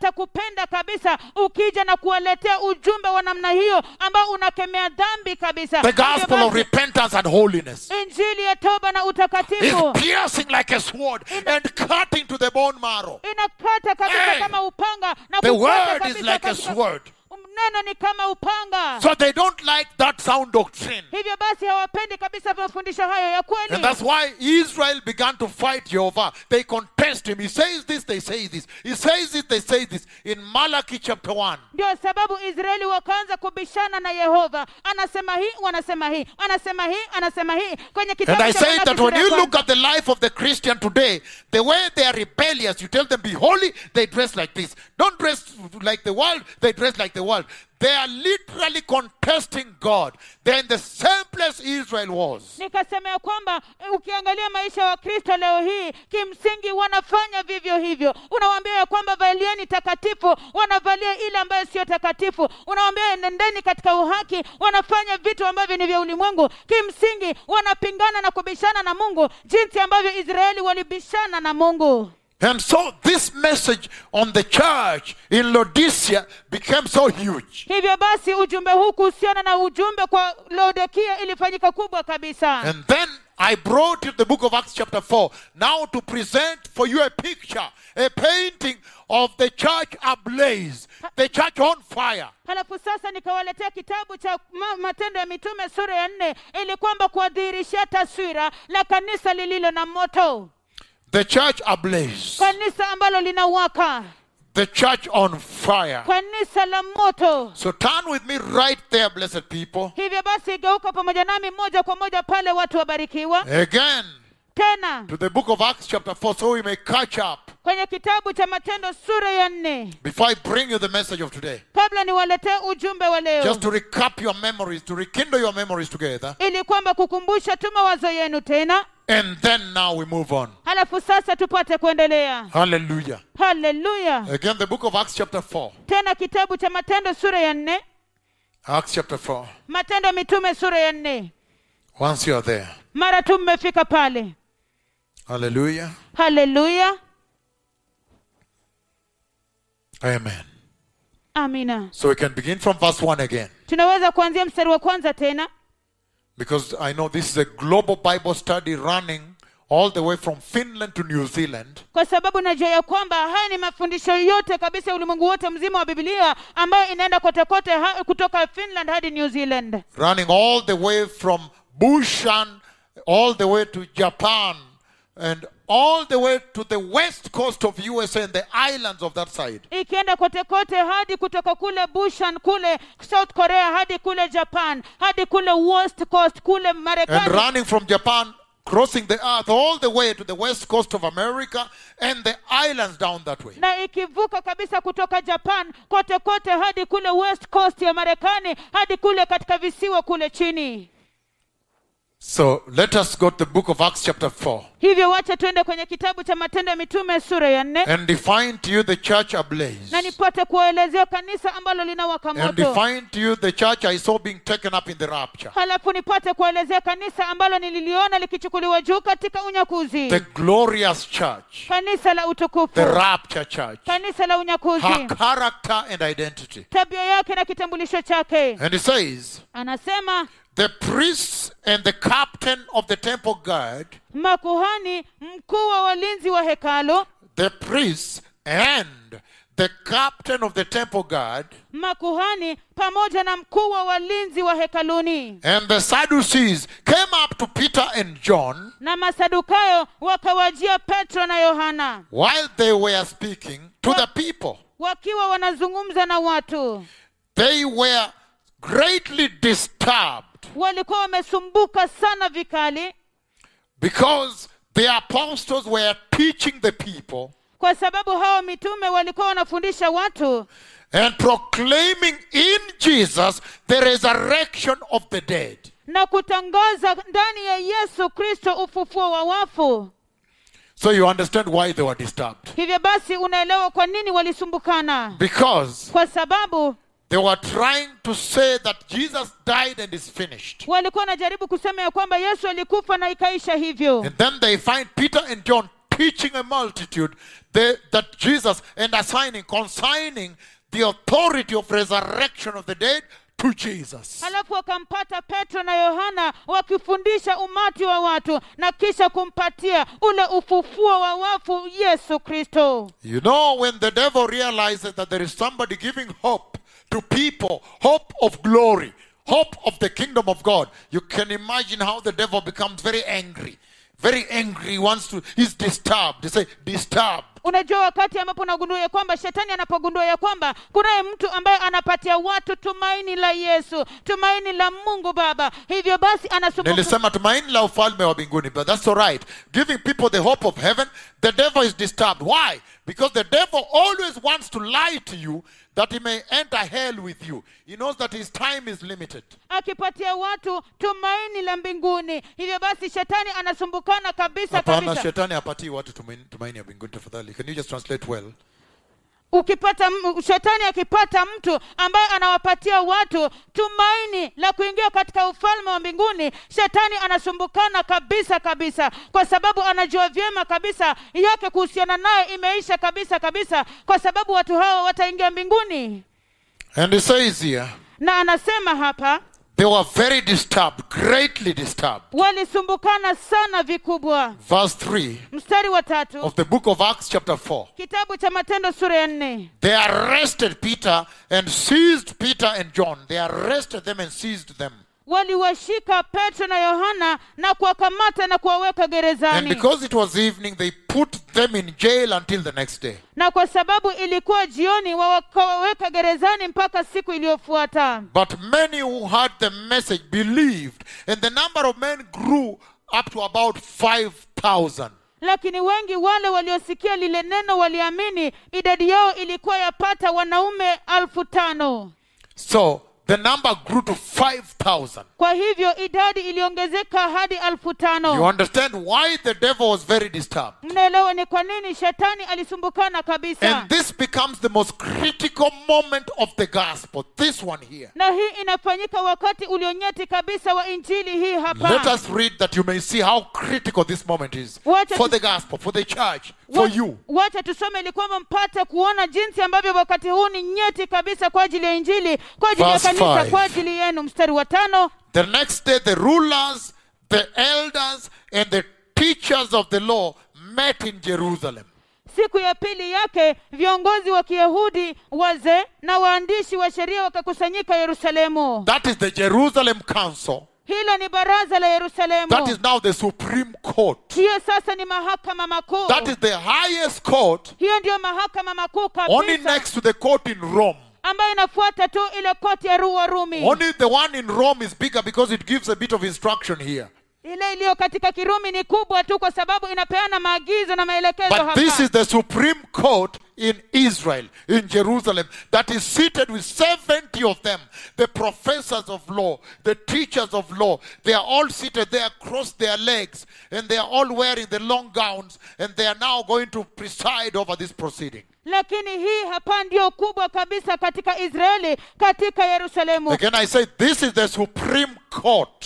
hawatakupenda kabisa ukija na kuwaletea ujumbe wa namna hiyo ambao unakemea dhambi kabisa The Hivyo gospel of basi, repentance and holiness injili ya toba na is utakatifu piercing like a sword and cutting to the bone marrow. inakata kabisa Hey! kama upanga na The kukata word is kabisa like a katika- sword. neno ni kama upanga So they don't like that sound doctrine. hivyo basi hawapendi kabisa mafundisho hayo ya kweli And that's why Israel began to fight Jehovah. They contest him. He says this, they say this. He says this, they say this. In Malachi chapter 1. ndio sababu israeli wakaanza kubishana na yehova anasema hii wanasema hii anasema hii anasema hii kwenye And kitabu I cha say Malaki that sura when ya you kwanza. look at the life of the Christian today, the way they are rebellious, you tell them, be holy, they dress like this. Don't dress like the world, they dress like the world. They are literally contesting God. They're in the same place Israel was. nikasema ya kwamba eh, ukiangalia maisha ya wakristo leo hii kimsingi wanafanya vivyo hivyo unawaambia ya kwamba valieni takatifu wanavalia ile ambayo siyo takatifu unawaambia nendeni katika uhaki wanafanya vitu ambavyo ni vya ulimwengu kimsingi wanapingana na kubishana na mungu jinsi ambavyo israeli walibishana na mungu And so this message on the church in Laodicea became so huge. hivyo basi ujumbe huu kuhusiana na ujumbe kwa laodikia ilifanyika kubwa kabisa And then I brought you the book of Acts, chapter 4, now to present for you a picture, a painting of the church days. The church on fire. halafu sasa nikawaletea kitabu cha ma- matendo ya mitume sura ya nne ili kwamba kuwadhihirishia taswira la kanisa lililo na moto The church ablaze. kanisa ambalo linawaka The church on fire. kanisa la moto So turn with me right there, blessed people. hivyo basi geuka pamoja nami moja kwa moja pale watu wabarikiwa Again tena to the book of Acts, chapter 4, so we may catch up kwenye kitabu cha matendo sura ya nne before I bring you the message of today. kabla niwaletee ujumbe wa leo Just to recap your memories, to rekindle your memories together. ili kwamba kukumbusha tu mawazo yenu tena And then now we move on. halafu sasa tupate kuendelea Hallelujah. haleluya Again, the book of Acts, chapter 4. tena kitabu cha matendo sura ya nne Acts, chapter 4. matendo ya mitume sura ya nne Once you're there. mara tu mmefika pale Hallelujah. haleluya Amen. amina So we can begin from verse 1 again. tunaweza kuanzia mstari wa kwanza tena Because I know this is a global Bible study running all the way from Finland to New Zealand. kwa sababu najua ya kwamba haya ni mafundisho yote kabisa ya ulimwengu wote mzima wa biblia ambayo inaenda kotekote ha- kutoka finland hadi new zealand running all the way from Bushan all the way to Japan and all the way to the west coast of USA and the islands of that side. ikienda kotekote hadi kutoka kule bushan kule south korea hadi kule japan hadi kule west coast kule And marekani running from Japan, crossing the earth all the way to the west coast of America and the islands down that way. na ikivuka kabisa kutoka japan kote kote hadi kule west coast ya marekani hadi kule katika visiwa kule chini So let us go to the book of Acts, chapter 4, hivyo wacha tuende kwenye kitabu cha matendo ya mitume sura ya nne and define to you the church ablaze. na nipate kuwaelezea kanisa ambalo linawaka And moto define to you the church I saw being taken up in the rapture. halafu nipate kuwaelezea kanisa ambalo nililiona likichukuliwa juu katika unyakuzi The glorious church, kanisa la utukufu the rapture church. kanisa la her unyakuzi character and identity. tabia yake na kitambulisho chake And he says, anasema the priests and the captain of the temple guard, makuhani mkuu wa walinzi wa hekalu the priests and the captain of the temple guard, makuhani pamoja na mkuu wa walinzi wa hekaluni and the Sadducees came up to Peter and John na masadukayo wakawajia petro na yohana while they were speaking to the people. wakiwa wanazungumza na watu They were greatly disturbed walikuwa wamesumbuka sana vikali because the apostles were teaching the people kwa sababu hawa mitume walikuwa wanafundisha watu and proclaiming in Jesus the resurrection of the dead. na kutangaza ndani ya yesu kristo ufufuo wa wafu So you understand why they were disturbed. hivyo basi unaelewa kwa nini walisumbukana Because kwa sababu they were trying to say that Jesus died and is finished. walikuwa wanajaribu kusema ya kwamba yesu alikufa na ikaisha hivyo And then they find Peter and John teaching a multitude they- that Jesus and assigning, consigning the authority of resurrection of the dead to Jesus. halafu wakampata petro na yohana wakifundisha umati wa watu na kisha kumpatia ule ufufuo wa wafu yesu kristo You know, when the devil realizes that there is somebody giving hope to people, hope of glory, hope of the kingdom of God, you can imagine how the devil becomes very angry. Very angry, he wants to, he's disturbed. They say, disturbed. unajua wakati ambapo unagundua ya kwamba shetani anapogundua ya kwamba kunaye mtu ambaye anapatia watu tumaini la yesu tumaini la mungu baba hivyo basi anasumbuka Nilisema tumaini la ufalme wa mbinguni, but that's all right. Giving people the hope of heaven, the devil is disturbed. Why? Because the devil always wants to lie to you that he may enter hell with you. He knows that his time is limited. akipatia watu tumaini la mbinguni hivyo basi shetani anasumbukana kabisa hapana kabisa shetani hapatii watu tumaini, tumaini ya mbinguni tafadhali can you just translate well ukipata m- shetani akipata mtu ambaye anawapatia watu tumaini la kuingia katika ufalme wa mbinguni shetani anasumbukana kabisa kabisa kwa sababu anajua vyema kabisa yake kuhusiana nayo imeisha kabisa kabisa kwa sababu watu hawa wataingia mbinguni and he says here na anasema hapa They were very disturbed, greatly disturbed. walisumbukana sana vikubwa Verse 3 mstari wa tatu of the book of Acts, chapter 4. kitabu cha matendo sura ya nne They arrested Peter and seized Peter and John. They arrested them and seized them. waliwashika petro na yohana na kuwakamata na kuwaweka And gerezani because it was evening, they put them in jail until the next day. na kwa sababu ilikuwa jioni wakawaweka gerezani mpaka siku iliyofuata But many who heard the message believed, and the number of men grew up to about 5,000. lakini wengi wale waliosikia lile neno waliamini idadi yao ilikuwa yapata wanaume alfu tano So the number grew to 5,000. kwa hivyo idadi iliongezeka hadi alfu You tano understand why the devil was very disturbed? mnaelewa ni kwa nini shetani alisumbukana kabisa And this becomes the most critical moment of the gospel. This one here. na hii inafanyika wakati ulionyeti kabisa wa injili hii Let hapa us read that you may see how critical this moment is Wacha for tus- the gospel, for the church, for Wa- you. wacha tusome ili kwamba mpate kuona jinsi ambavyo wakati huu ni nyeti kabisa kwa ajili ya injili kwa ajili ya Verse kanisa five. kwa ajili yenu mstari wa tano The next day, the rulers, the elders, and the teachers of the law met in Jerusalem. siku ya pili yake viongozi wa kiyahudi wazee na waandishi wa sheria wakakusanyika yerusalemu That is the Jerusalem Council. hilo ni baraza la That yerusalemu is now the Supreme Court. hiyo sasa ni mahakama makuu That is the highest court, hiyo ndiyo mahakama makuu only kabisa next to the court in Rome. ambayo inafuata tu ile koti ya ru warumi Only the one in Rome is bigger because it gives a bit of instruction here. ile iliyo katika kirumi ni kubwa tu kwa sababu inapeana maagizo na maelekezo But this hapa is the Supreme Court in Israel, in Jerusalem, that is seated with 70 of them, the professors of law, the teachers of law. They are all seated there, cross their legs, and they are all wearing the long gowns, and they are now going to preside over this proceeding. lakini hii hapa ndiyo kubwa kabisa katika israeli katika yerusalemu Again, I say this is the Supreme Court.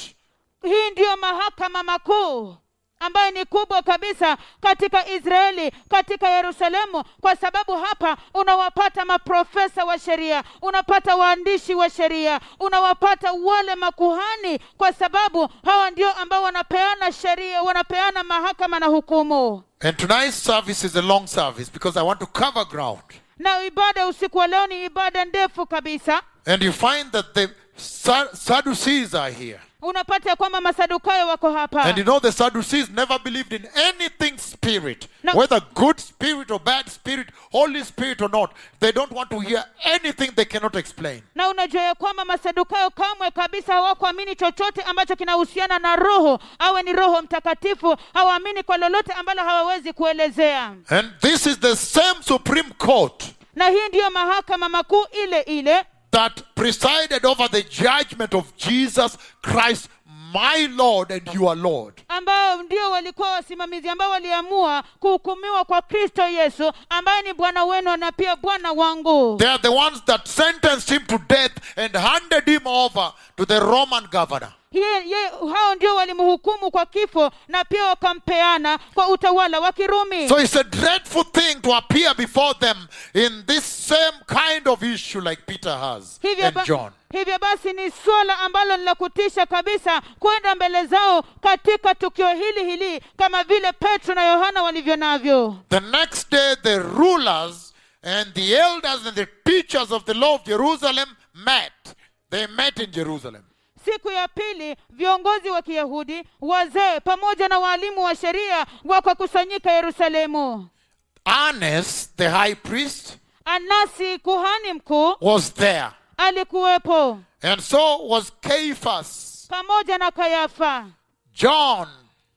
hii ndiyo mahakama makuu ambayo ni kubwa kabisa katika israeli katika yerusalemu kwa sababu hapa unawapata maprofesa wa sheria unapata waandishi wa sheria unawapata wale makuhani kwa sababu hawa ndio ambao wanapeana sheria wanapeana mahakama na hukumu And tonight's service is a long service because I want to cover ground. na ibada usiku wa leo ni ibada ndefu kabisa And you find that the Sa- Sadducees are here. unapata ya kwamba masadukayo wako hapa And you know, the Sadducees never believed in anything spirit, No. whether good spirit or bad spirit, Holy Spirit or not. They don't want to hear anything they cannot explain. na unajua ya kwamba masadukayo kamwe kabisa hawakuamini chochote ambacho kinahusiana na roho awe ni roho mtakatifu hawaamini kwa lolote ambalo hawawezi kuelezea And this is the same Supreme Court na hii ndiyo mahakama makuu ile ile that presided over the judgment of Jesus Christ, my Lord and your Lord. ambao ndio walikuwa wasimamizi ambao waliamua kuhukumiwa kwa kristo yesu ambaye ni bwana wenu na pia bwana wangu They are the ones that sentenced him to death and handed him over to the Roman governor. Ye- ye- hao ndio walimhukumu kwa kifo na pia wakampeana kwa utawala wa kirumi So it's a dreadful thing to appear before them in this same kind of issue like Peter has hivyo, and ba- John. hivyo basi ni swala ambalo ni la kutisha kabisa kwenda mbele zao katika tukio hili hili kama vile petro na yohana walivyo navyo The next day, the rulers and the elders and the teachers of the law of Jerusalem met. They met in Jerusalem. siku ya pili viongozi wa kiyahudi wazee pamoja na waalimu wa sheria wakakusanyika yerusalemu Annas, the high priest, anasi kuhani mkuu was there. alikuwepo And so was Caiaphas, pamoja na kayafa John,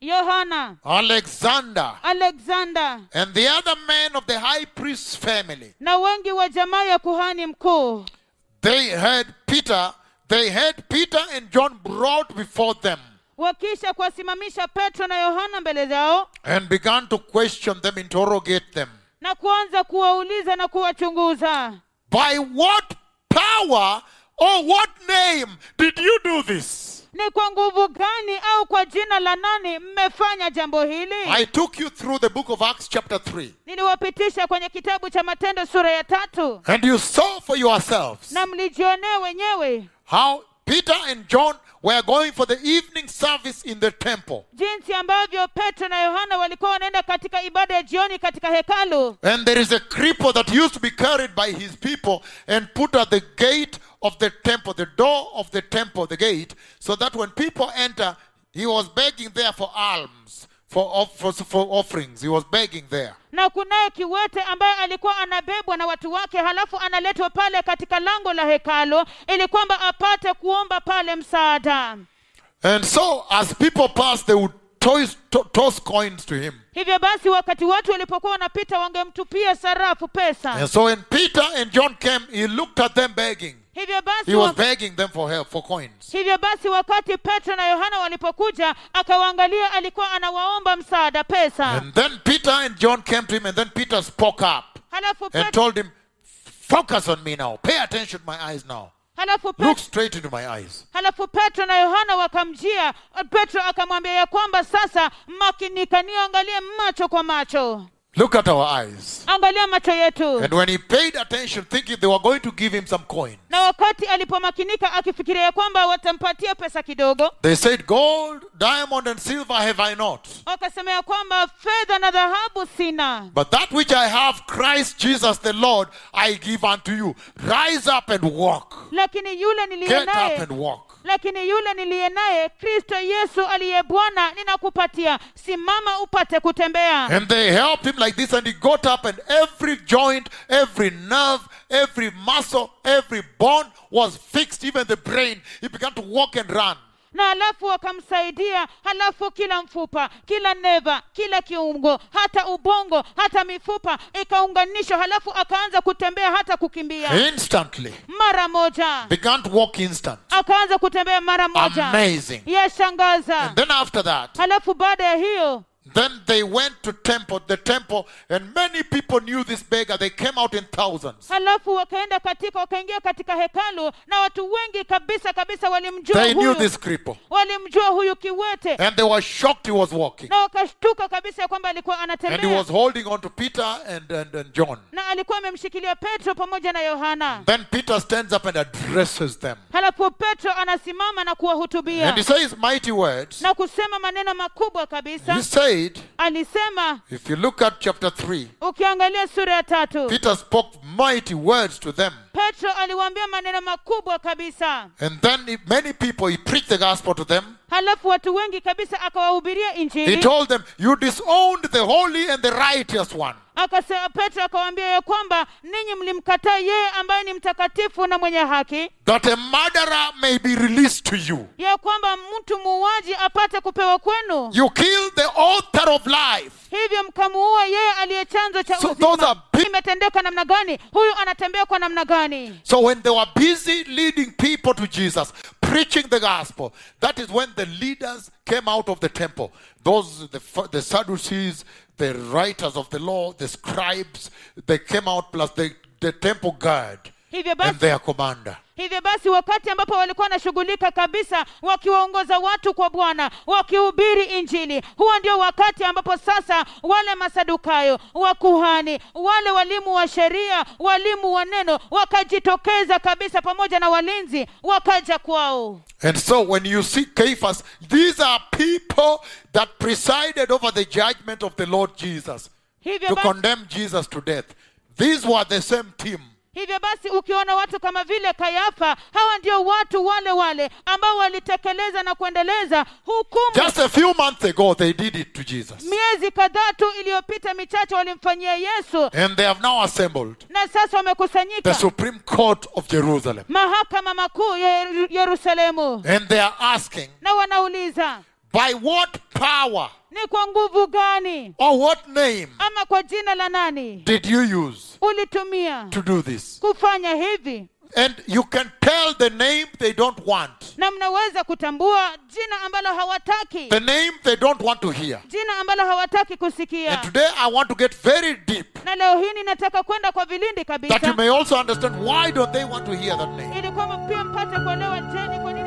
yohana Alexander, alexander and the other men of the high priest's family. na wengi wa jamaa ya kuhani mkuu They had Peter, they had Peter and John brought before them wakisha kuwasimamisha petro na yohana mbele zao and began to question them, interrogate them. na kuanza kuwauliza na kuwachunguza By what power or what name did you do this? ni kwa nguvu gani au kwa jina la nani mmefanya jambo hili I took you through the book of Acts, chapter 3, niliwapitisha kwenye kitabu cha matendo sura ya tatu and you saw for yourselves na mlijionea wenyewe how Peter and John were going for the evening service in the temple. jinsi ambavyo petro na yohana walikuwa wanaenda katika ibada ya jioni katika hekalu And there is a cripple that used to be carried by his people and put at the gate of the temple, the door of the temple, the gate, so that when people enter, he was begging there for alms, for, off- for, for offerings. He was begging there. na kunaye kiwete ambaye alikuwa anabebwa na watu wake halafu analetwa pale katika lango la hekalu ili kwamba apate kuomba pale msaada And so, as people passed, they would toss, to, toss coins to him. hivyo basi wakati watu walipokuwa wanapita wangemtupia sarafu pesa And so, when Peter and John came, he looked at them begging. hivyo basi He was wa- begging them for help, for coins. hivyo basi wakati petro na yohana walipokuja akawaangalia alikuwa anawaomba msaada pesa And then Peter and John came to him, and then Peter spoke up. halafu and petro, told him, Focus on me now. Pay attention to my eyes now. halafu Look petro, straight into my eyes. halafu petro na yohana wakamjia petro akamwambia ya kwamba sasa makinika niangalie macho kwa macho Look at our eyes. angalia macho yetu And when he paid attention, thinking they were going to give him some coin, na wakati alipomakinika akifikiria ya kwamba watampatia pesa kidogo they said, Gold, diamond, and silver have I not. wakasema ya kwamba fedha na dhahabu sina But that which I have, Christ Jesus the Lord, I give unto you. Rise up and walk. lakini yule niliye Get up naye and walk. lakini yule niliye naye kristo yesu aliye bwana ninakupatia simama upate kutembea And they helped him like this, and he got up, and every joint, every nerve, every muscle, every bone was fixed, even the brain. He began to walk and run. na halafu wakamsaidia halafu kila mfupa kila neva kila kiungo hata ubongo hata mifupa ikaunganishwa halafu akaanza kutembea hata Eh. kukimbia Instantly. mara moja Began to walk instant. akaanza kutembea mara moja Amazing. yashangaza And then after that, halafu baada ya hiyo then they went to temple, the temple, and many people knew this beggar. They came out in thousands. halafu wakaenda katika wakaingia katika hekalu na watu wengi kabisa kabisa walimjua They knew huyu this cripple. walimjua huyu kiwete And they were shocked he was walking. na wakashtuka kabisa ya kwamba alikuwa And he anatembea was holding on to Peter and, and, and John. na alikuwa amemshikilia petro pamoja na yohana Then Peter stands up and addresses them. halafu petro anasimama na And he kuwahutubia says mighty words. na kusema maneno makubwa kabisa He said, alisema if you look at chapter 3, ukiangalia sura ya tatu Peter spoke mighty words to them. petro aliwaambia maneno makubwa kabisa And then he- many people, he preached the gospel to them. halafu watu wengi kabisa akawahubiria He injili told them, You disowned the holy and the righteous one. akasema petro akawaambia ya kwamba ninyi mlimkataa yeye ambaye ni mtakatifu na mwenye haki That a murderer may be released to you. ya kwamba mtu muuaji apate kupewa kwenu You killed the author of life. hivyo mkamuua yeye aliye chanzo cha So uzima those are pe- imetendeka namna gani huyu anatembea kwa namna gani So when they were busy leading people to Jesus, preaching the gospel, that is when the leaders came out of the temple. Those the, f- the Sadducees, the writers of the law, the scribes, they came out plus the, the temple guard hivyo and basi their commander. hivyo basi wakati ambapo walikuwa wanashughulika kabisa wakiwaongoza watu kwa bwana wakihubiri injili huo ndio wakati ambapo sasa wale masadukayo wakuhani wale walimu wa sheria walimu wa neno wakajitokeza kabisa pamoja na walinzi wakaja kwao And so when you see Caiaphas, these are people that presided over the judgment of the Lord Jesus hivyo to basi, condemn Jesus to death. These were the same team. hivyo basi ukiona watu kama vile kayafa hawa ndio watu wale wale ambao walitekeleza na kuendeleza hukumu Just a few months ago, they did it to Jesus. miezi kadhaa tu iliyopita michache walimfanyia yesu And they have now assembled na sasa the wamekusanyika Supreme Court of Jerusalem. mahakama makuu ya Yeru- yerusalemu And they are asking, na wanauliza by what power ni kwa nguvu gani or what name ama kwa jina la nani did you use ulitumia to do this? kufanya hivi And you can tell the name they don't want, na mnaweza kutambua jina ambalo hawataki the name they don't want to hear. jina ambalo hawataki kusikia And today I want to get very deep na leo hii ninataka kwenda kwa vilindi that you kabisa may also understand why don't they want to hear that name. ili kwamba pia mpate kuelewa jeni kwa nini